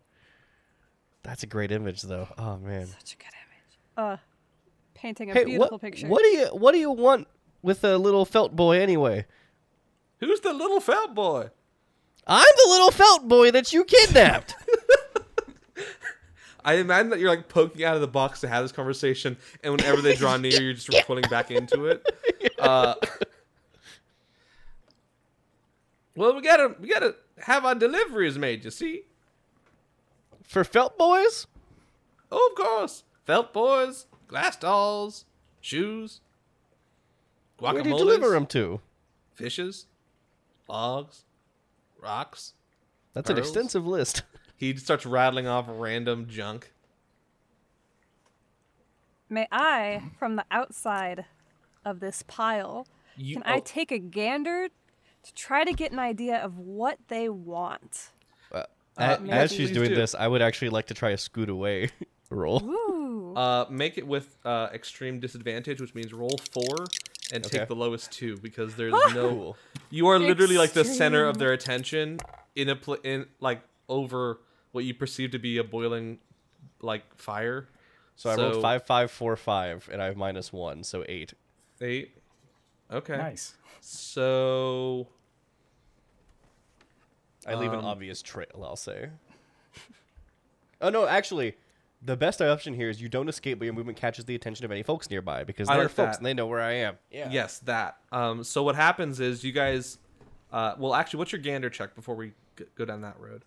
S4: That's a great image though. Oh man.
S3: Such a good image. Uh, painting a
S4: Hey,
S3: beautiful
S4: what,
S3: picture.
S4: what do you what do you want with a little felt boy anyway?
S1: who's the little fat boy?
S4: I'm the little felt boy that you kidnapped.
S1: I imagine that you're like poking out of the box to have this conversation, and whenever they draw near, you're just pulling back into it. Uh, well, we gotta we gotta have our deliveries made. You see?
S4: For felt boys?
S1: Oh, of course, felt boys, glass dolls, shoes,
S4: Where do you deliver
S1: guacamoles,
S4: them to?
S1: fishes, logs, rocks.
S4: That's an
S1: Pearls?
S4: extensive list.
S1: He starts rattling off random junk.
S3: May
S1: Mm-hmm.
S3: I, from the outside of this pile,
S1: You,
S3: can I
S1: oh,
S3: take a gander to try to get an idea of what they want?
S1: Uh,
S4: A-
S1: yeah,
S4: As she's
S1: please
S4: doing
S1: do.
S4: this, I would actually like to try a scoot away roll.
S3: Ooh.
S1: Uh, make it with uh, extreme disadvantage, which means roll four and
S4: Okay.
S1: take the lowest two because there's no.
S4: Cool.
S1: You are literally like the center of
S3: Ah! Extreme.
S1: their attention in a pl- in like over what you perceive to be a boiling like fire.
S4: So I rolled five, five, four, five, and I have minus one, so eight.
S1: eight. Okay,
S2: Nice.
S1: so
S4: I leave an
S1: Um,
S4: obvious trail, I'll say. oh no, actually, the best option here is you don't escape, but your movement catches the attention of any folks nearby because
S1: I
S4: they're
S1: like
S4: folks
S1: that.
S4: and they know where I am. Yeah.
S1: yes, that. Um, so what happens is you guys. Uh, well, actually, what's your gander check before we g- go down that road?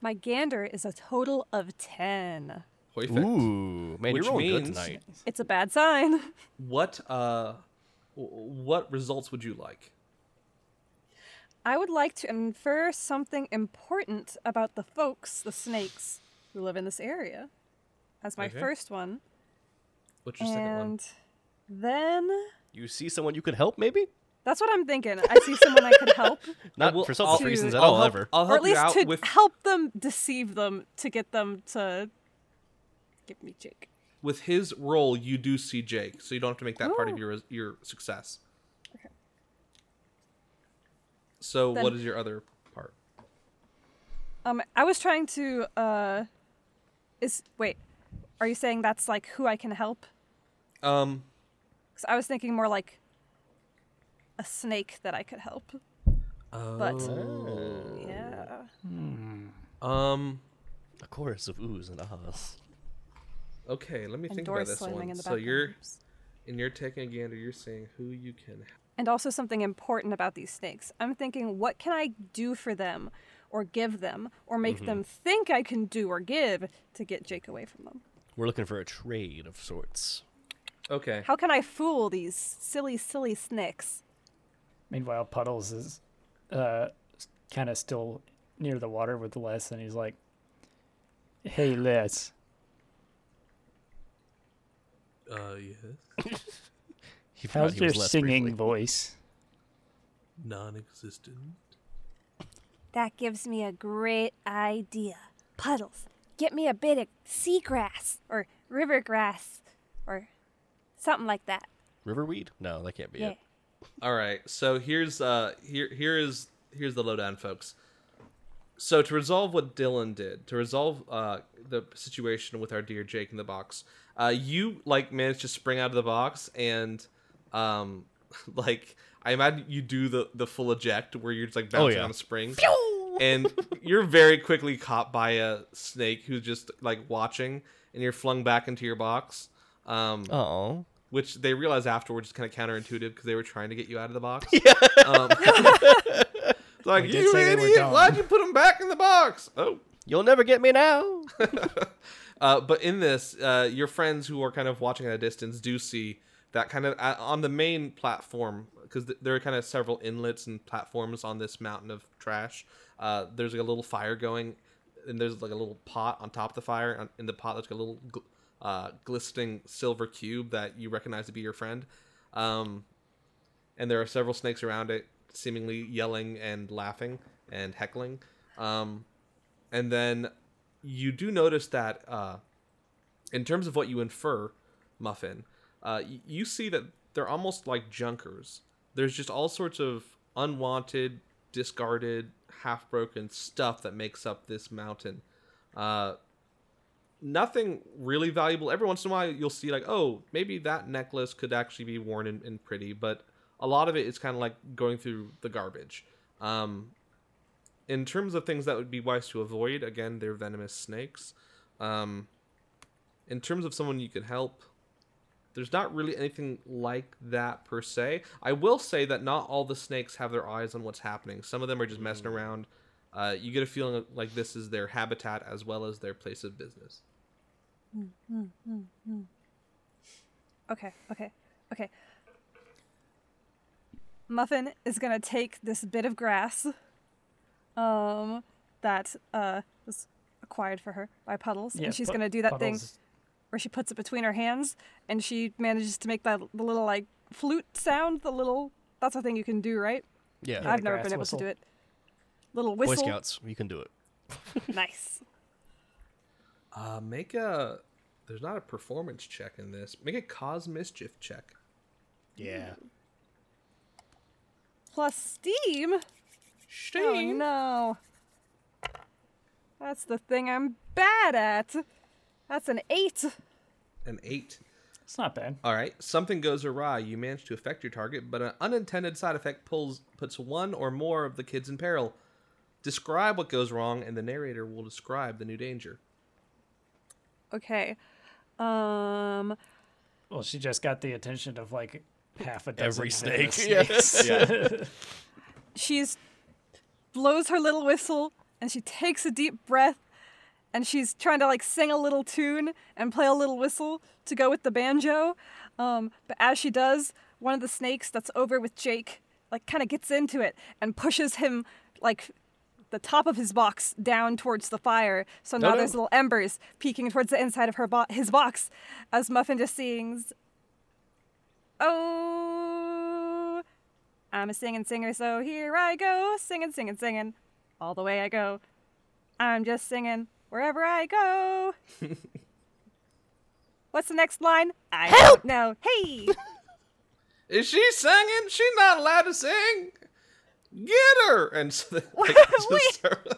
S3: My gander is a total of 10.
S1: Perfect.
S4: Ooh, man,
S1: Which
S4: you're rolling
S1: means-
S4: good tonight.
S3: It's a bad sign.
S1: What uh, w- what results would you like?
S3: I would like to infer something important about the folks, the snakes, who live in this area as my
S1: Okay.
S3: first one.
S1: What's your second one?
S3: and then
S4: You see someone you could help, maybe?
S3: that's what I'm thinking. I see someone I could help,
S4: Not
S1: will-
S4: for
S1: I'll-
S4: selfish reasons at
S1: I'll
S4: all,
S1: help-
S4: ever.
S1: I'll
S3: or
S1: help
S3: at
S1: you
S3: least
S1: out
S3: to
S1: with.
S3: help them deceive them to get them to give me Jake.
S1: with his role, you do see Jake, so you don't have to make that part of your your success. So
S3: Then-
S1: what is your other part?
S3: Um, I was trying to. uh Is wait, are you saying that's like who I can help?
S1: Um,
S3: Because I was thinking more like a snake that I could help.
S1: Oh,
S3: But yeah,
S1: um,
S4: A chorus of oohs and ahs.
S1: okay, let me
S3: and
S1: think about
S3: doors
S1: this
S3: slamming
S1: one.
S3: in the
S1: so
S3: background.
S1: you're and you're taking a gander. You're seeing who you can.
S3: and also something important about these snakes. I'm thinking, what can I do for them, or give them, or make
S1: Mm-hmm.
S3: them think I can do or give to get Jake away from them?
S4: We're looking for a trade of sorts.
S1: Okay.
S3: How can I fool these silly, silly snakes?
S2: Meanwhile, Puddles is uh, kind of still near the water with Les, and he's like, "Hey, Les,
S1: Uh, yes.
S4: He forgot
S2: how's
S4: he
S2: your
S4: was less
S2: singing
S4: briefly.
S2: voice?"
S1: Non-existent.
S5: That gives me a great idea. Puddles, get me a bit of seagrass or river grass or something like that.
S4: Riverweed? No, that can't be
S5: Yeah.
S4: it.
S1: All right. So here's uh here here is here's the lowdown, folks. So to resolve what Dylan did, to resolve uh the situation with our dear Jake in the box, uh you like managed to spring out of the box and um like I imagine you do the the full eject where you're just like bouncing
S4: yeah.
S1: on a spring. And you're very quickly caught by a snake who's just like watching and you're flung back into your box. Um
S4: Oh.
S1: which they realize afterwards is kind of counterintuitive because they were trying to get you out of the box. Um, it's like,
S2: We did
S1: you
S2: say they were
S1: idiot!
S2: dumb."
S1: Why'd you put him back in the box? Oh.
S4: You'll never get me now.
S1: Uh, but in this, uh, your friends who are kind of watching at a distance do see that kind of uh, on the main platform because th- there are kind of several inlets and platforms on this mountain of trash. Uh, there's like a little fire going, and there's like a little pot on top of the fire. and In the pot, there's like a little gl- uh, glistening silver cube that you recognize to be your friend. Um, and there are several snakes around it, seemingly yelling and laughing and heckling. Um, and then you do notice that, uh, in terms of what you infer, Muffin, uh, y- you see that they're almost like junkers. There's just all sorts of unwanted, discarded, half broken stuff that makes up this mountain. Uh, nothing really valuable. Every once in a while, you'll see, like, oh, maybe that necklace could actually be worn and, and pretty, but a lot of it is kind of like going through the garbage. Um, in terms of things that would be wise to avoid, again, they're venomous snakes. Um, in terms of someone you could help, there's not really anything like that per se. I will say that not all the snakes have their eyes on what's happening. Some of them are just messing around. Uh, you get a feeling of- like this is their habitat as well as their place of business.
S3: Okay, okay, okay. Muffin is gonna take this bit of grass um, that uh, was acquired for her by Puddles, and she's
S2: Pu-
S3: gonna do that thing
S2: Puddles-
S3: where she puts it between her hands and she manages to make that the little like flute sound, the little that's a thing you can do, right?
S4: Yeah.
S2: Yeah.
S3: I've never
S2: grass
S3: been able
S2: whistle.
S3: to do it. Little
S4: Boy
S3: whistle.
S4: Scouts, you can do it.
S3: Nice.
S1: Uh, make a. There's not a performance check in this. Make a cause mischief check.
S4: Yeah.
S3: Plus steam.
S1: Shane.
S3: Oh no. That's the thing I'm bad at. That's an eight.
S1: An eight.
S2: It's not bad.
S1: All right, something goes awry. You manage to affect your target, but an unintended side effect pulls puts one or more of the kids in peril. Describe what goes wrong, and the narrator will describe the new danger.
S3: Okay. Um
S2: Well, she just got the attention of like half a dozen
S4: Every
S2: venomous
S4: snake, yeah.
S2: snakes.
S3: she's blows her little whistle and she takes a deep breath and she's trying to like sing a little tune and play a little whistle to go with the banjo. Um, but as she does, one of the snakes that's over with Jake like kind of gets into it and pushes him like the top of his box down towards the fire. So now
S4: no.
S3: there's little embers peeking towards the inside of her bo- his box as Muffin just sings, "Oh, I'm a singing singer, so here I go, singing, singing, singing, all the way I go. I'm just singing wherever I go." What's the next line? I don't know. Hey,
S1: Is she singing? She not allowed to sing. Get her! And so the, like, just several,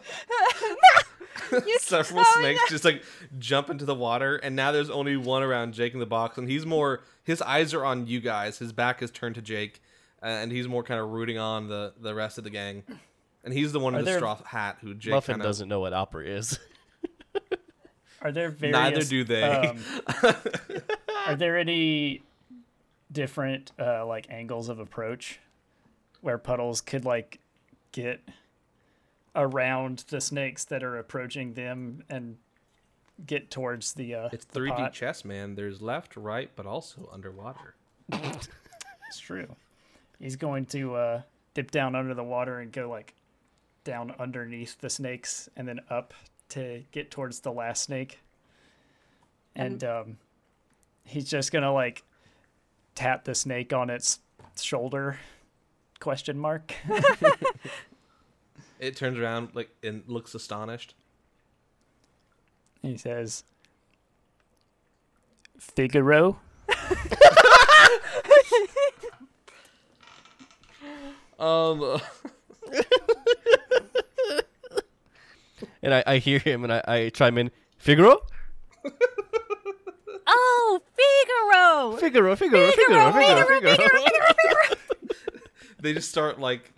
S3: you
S1: several
S3: oh,
S1: snakes just like jump into the water, and now there's only one around Jake in the box, and he's more. His eyes are on you guys. His back is turned to Jake, uh, and he's more kind of rooting on the the rest of the gang. And he's the one in
S2: Are
S1: the
S2: there-
S1: straw hat who Jake
S4: Muffin
S1: kind of
S4: doesn't know what opera is.
S2: Are there various?
S1: Neither do they.
S2: um, are there any different uh, like angles of approach where puddles could like get around the snakes that are approaching them and get towards the? Uh,
S1: It's
S2: the
S1: 3D
S2: pot?
S1: chess, man. There's left, right, but also underwater.
S2: It's true. He's going to uh, dip down under the water and go like down underneath the snakes and then up to get towards the last snake. And um, he's just gonna like tap the snake on its shoulder? Question mark.
S1: It turns around like and looks astonished.
S2: he says, "Figaro."
S1: Um,
S4: And I, I hear him and I, I chime in, Figaro?
S5: Oh, Figaro!
S4: Figaro, Figaro, Figaro, Figaro, Figaro.
S1: they just start like,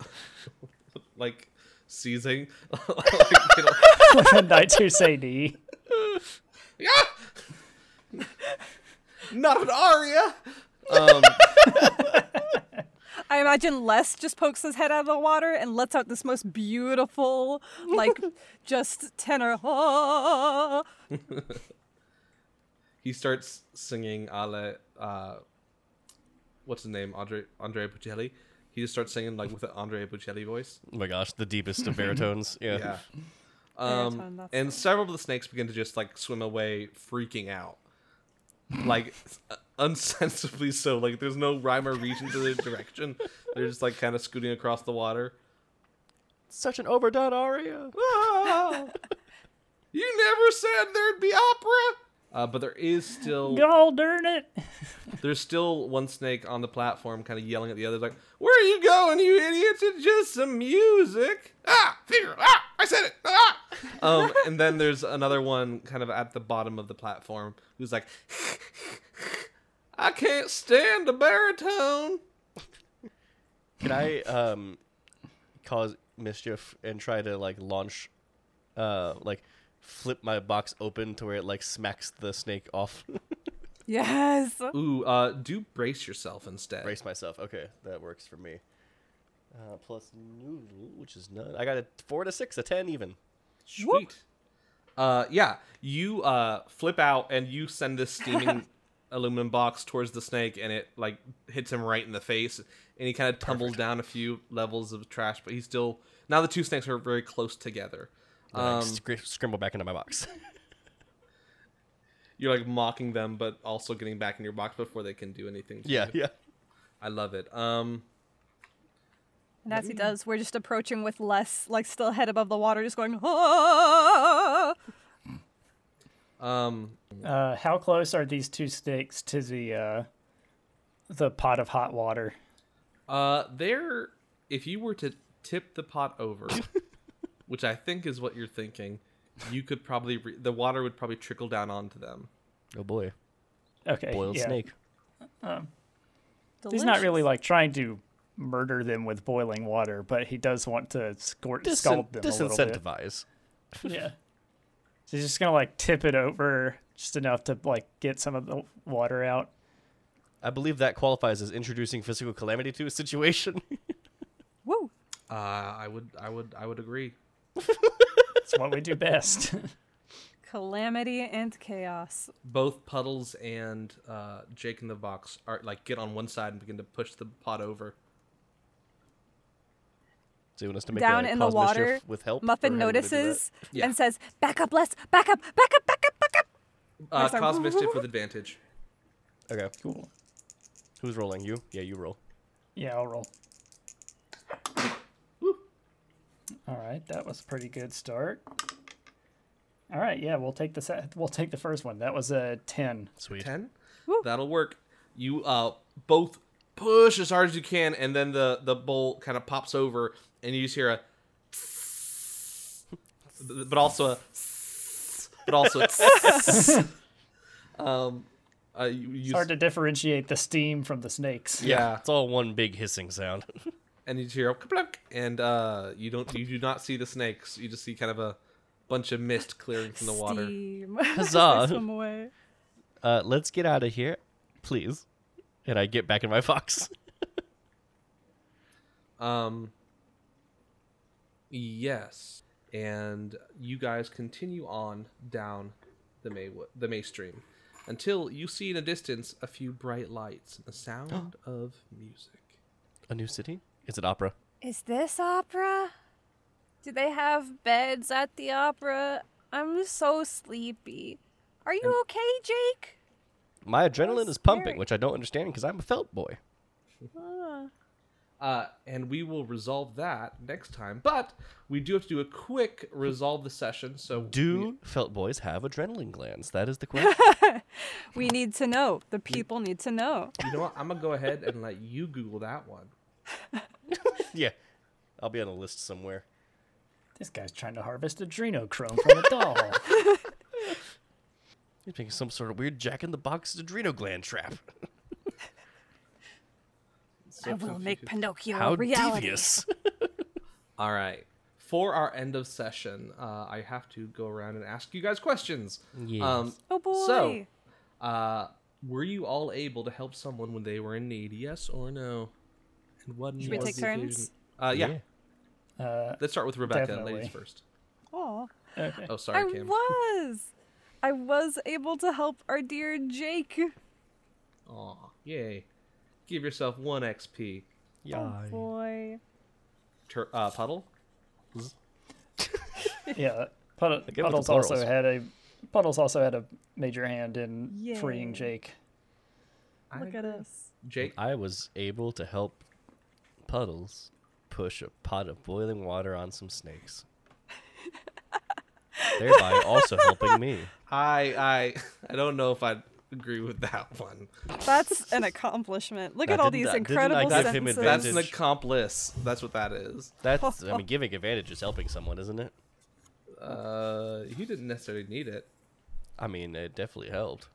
S1: like seizing. Like, you know,
S2: Night to say D.
S1: "Ah! Not an aria. Um,
S3: I imagine Les just pokes his head out of the water and lets out this most beautiful, like, just tenor. "Ah."
S1: he starts singing a la, uh, what's his name? Andre Andre Bocelli. He just starts singing like with an Andre Bocelli voice.
S4: Oh my gosh, the deepest of baritones. Yeah.
S1: Yeah.
S3: Baritone,
S1: Um,
S3: that's
S1: and several of the snakes begin to just like swim away, freaking out. like unsensibly so. Like there's no rhyme or reason to their direction. They're just like kind of scooting across the water.
S4: Such an overdone aria.
S1: Ah! you never said there'd be opera. Uh, but there is still
S2: God darn it!
S1: there's still one snake on the platform, kind of yelling at the others, like, "Where are you going, you idiots? It's just some music." Ah, figure. Ah, I said it. Ah. Um, and then there's another one, kind of at the bottom of the platform, who's like, "I can't stand a baritone."
S4: Can I um cause mischief and try to like launch uh like flip my box open to where it like smacks the snake off?
S3: Yes.
S1: Ooh, uh, do brace yourself instead.
S4: Brace myself. Okay, that works for me. Uh, plus noodle, which is none. I got a four to six, a ten even.
S1: Sweet. Uh, yeah, you uh flip out and you send this steaming aluminum box towards the snake, and it like hits him right in the face, and he kind of tumbles down a few levels of trash, but he's still now the two snakes are very close together.
S4: Then I
S1: Um,
S4: scri- scramble back into my box.
S1: you're like mocking them, but also getting back in your box before they can do anything. to
S4: yeah,
S1: you.
S4: yeah.
S1: I love it. Um,
S3: And
S2: Mm.
S3: as he does, we're just approaching with less, like still head above the water, just going, ah!
S1: um,
S2: Uh, how close are these two sticks to the uh, the pot of hot water?
S1: Uh, there. If you were to tip the pot over, which I think is what you're thinking, you could probably re- the water would probably trickle down onto them.
S4: Oh boy,
S2: Okay,
S4: boiled
S2: yeah.
S4: snake.
S2: He's not really like trying to murder them with boiling water, but he does want to scor- scald them a little bit.
S4: disincentivize.
S2: Yeah. So he's just gonna like tip it over just enough to like get some of the water out.
S4: I believe that qualifies as introducing physical calamity to a situation.
S3: Woo.
S1: Uh, I would, I would, I would agree.
S2: It's what we do best.
S3: Calamity and chaos.
S1: Both puddles and uh, Jake in the box are like get on one side and begin to push the pot over.
S4: Do you want us to make
S3: Down
S4: a
S3: in the
S4: cause mischief
S3: water,
S4: with help?
S3: Muffin
S4: or how do you wanna do that?
S3: notices
S1: Yeah.
S3: and says, back up, Les, back up, back up, back up, back up.
S1: Uh,
S3: Next time.
S1: cause mischief with advantage.
S4: Okay,
S2: cool.
S4: who's rolling? You? Yeah, you roll.
S2: Yeah, I'll roll. All right, that was a pretty good start. All right, yeah, we'll take the se- we'll take the first one. That was a ten.
S4: Sweet.
S1: Ten.
S3: Woo.
S1: That'll work. You uh both push as hard as you can, and then the the bowl kind of pops over, and you just hear a, but also a, but also a um, uh, you, you
S2: It's hard to differentiate the steam from the snakes.
S1: Yeah.
S4: it's all one big hissing sound.
S1: and you just hear a kaplunk, and uh you don't you do not see the snakes. You just see kind of a bunch of mist clearing from the water.
S3: Steam.
S4: Huzzah.
S3: Swim away.
S4: uh, let's get out of here, please. And I get back in my box.
S1: Um, yes, and you guys continue on down the May the May stream until you see in the distance a few bright lights and the sound of music.
S4: A new city? Is it opera?
S5: Is this opera?
S3: Do they have beds at the opera? I'm so sleepy. Are you okay, Jake?
S4: My adrenaline is pumping,
S3: scary.
S4: which I don't understand because I'm a felt boy.
S1: Uh, and we will resolve that next time, but we do have to do a quick resolve the session. So
S4: Do felt boys have adrenaline glands? That is the question.
S3: We need to know. The people need to know.
S1: you know what? I'm gonna go ahead and let you Google that one.
S4: yeah, I'll be on a list somewhere.
S2: This guy's trying to harvest adrenochrome from a doll.
S4: He's making some sort of weird Jack in the Box adrenal gland trap.
S3: I will make Pinocchio
S4: How
S3: a reality.
S4: devious!
S1: All right. For our end of session, uh, I have to go around and ask you guys questions. Um,
S4: Yes.
S3: Oh boy.
S1: So, uh, were you all able to help someone when they were in need? Yes or no? And what
S3: Should we
S1: was
S3: take
S1: the
S3: turns?
S1: occasion? Uh, yeah.
S2: Uh,
S1: Let's start with Rebecca.
S2: Definitely.
S1: Ladies first.
S3: Aw.
S2: okay.
S1: Oh, sorry,
S3: I
S1: Cam.
S3: was. I was able to help our dear Jake.
S1: Aw, yay. Give yourself one XP.
S4: yeah.
S3: Boy.
S1: Tur- uh, puddle?
S2: Yeah, Pud-
S4: it to
S2: Puddles
S4: plurals.
S2: also had a Puddles also had a major hand in freeing
S3: Yay.
S2: Jake.
S3: Look at us.
S1: Jake,
S4: I was able to help Puddles push a pot of boiling water on some snakes. Thereby also helping me.
S1: I I I don't know if I agree with that one.
S3: That's an accomplishment. Look
S4: Now,
S3: at all
S4: didn't
S3: these
S4: I- didn't I
S3: incredible
S4: give him
S3: sentences.
S1: That's an
S4: Advantage.
S1: accomplice. That's what that is.
S4: That's I mean giving advantage is helping someone, isn't it?
S1: Uh, you didn't necessarily need it.
S4: I mean it definitely helped.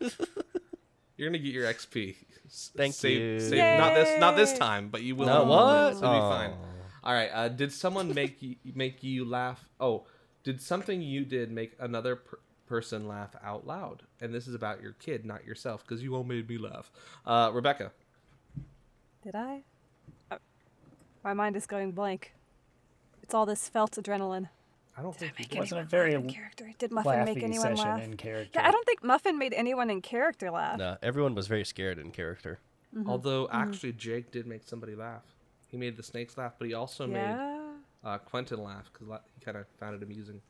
S1: You're gonna get your XP. S-
S4: Thank
S1: save,
S4: you.
S1: Save, not this, not this
S3: Yay.
S1: time, but you will.
S4: No,
S1: in a moment,
S4: what?
S1: So it'll be fine.
S4: Aw.
S1: All right. Uh, did someone make you, make you laugh? Oh, did something you did make another per- person laugh out loud? And this is about your kid, not yourself, because you all made me laugh. Uh, Rebecca.
S3: Did I? Uh, my mind is going blank. It's all this felt adrenaline.
S1: I don't think.
S3: Make
S2: Wasn't
S3: anyone
S2: a very
S3: laugh in character. Did Muffin make
S2: Laughing
S3: anyone
S2: session
S3: laugh?
S2: in character.
S3: Yeah, I don't think Muffin made anyone in character laugh.
S4: No, everyone was very scared in character.
S3: Mm-hmm.
S1: Although actually, Jake did make somebody laugh. He made the snakes laugh, but he also made
S3: yeah.
S1: uh, Quentin laugh because he kind of found it amusing.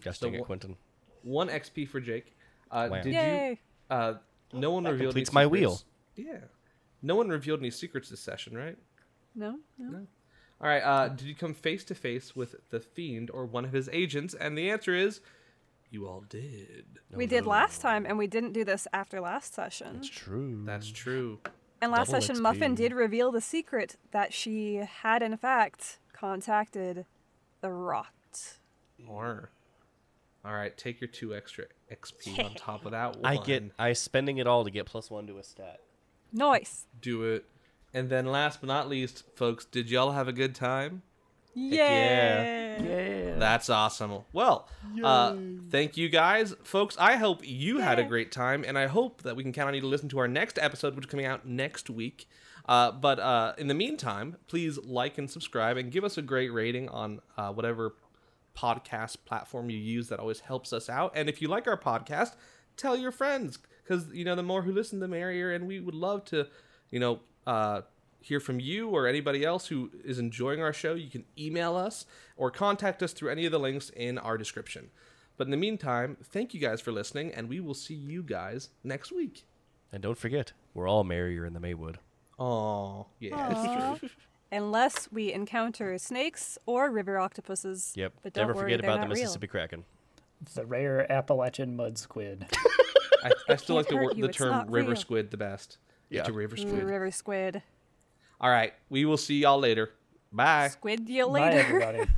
S4: Gosh
S1: So
S4: dang it,
S1: what-
S4: Quentin.
S1: One XP for Jake. Uh,
S4: Wow.
S1: Did you?
S3: Yay.
S1: Uh, no one revealed
S4: completes
S1: any
S4: my wheel.
S1: secrets. Yeah. No one revealed any secrets this session, right?
S3: No, no.
S1: All right. Uh, did you come face to face with the fiend or one of his agents? And the answer is, you all did.
S3: we did last time, and we didn't do this after last session.
S4: It's true.
S1: That's true.
S3: And last
S4: double
S3: session, Muffin
S4: XP.
S3: did reveal the secret that she had, in fact, contacted the Rot.
S1: Or, all right. Take your two extra XP on top of that one.
S4: I get I spending it all to get plus one to a stat.
S3: Noise.
S1: do it. And then last but not least, folks, did y'all have a good time?
S3: Yeah.
S2: Yeah.
S1: That's awesome. Well, uh, thank you guys. Folks, I hope you had a great time, and I hope that we can count on you to listen to our next episode, which is coming out next week. Uh, but uh, in the meantime, please like and subscribe and give us a great rating on uh, whatever podcast platform you use. That always helps us out. And if you like our podcast, tell your friends because, you know, the more who listen, the merrier. And we would love to, you know, uh, hear from you or anybody else who is enjoying our show, you can email us or contact us through any of the links in our description. But in the meantime, thank you guys for listening, and we will see you guys next week.
S4: And don't forget, we're all merrier in the Maywood.
S1: Oh, yeah.
S3: Aw. Unless we encounter snakes or river octopuses.
S4: Yep.
S3: But don't
S4: Never
S3: worry,
S4: forget
S3: they're
S4: about the
S3: not real.
S4: Mississippi Kraken.
S2: The rare Appalachian mud squid.
S1: I, I still like the,
S3: hurt
S1: wor-
S3: you,
S1: the
S3: it's
S1: term
S3: not
S1: river
S3: real.
S1: squid the best.
S4: Yeah.
S1: To river
S3: Ooh,
S1: squid.
S3: river squid.
S1: All right. We will see y'all later. Bye.
S3: Squid you
S2: Bye,
S3: later.
S2: everybody.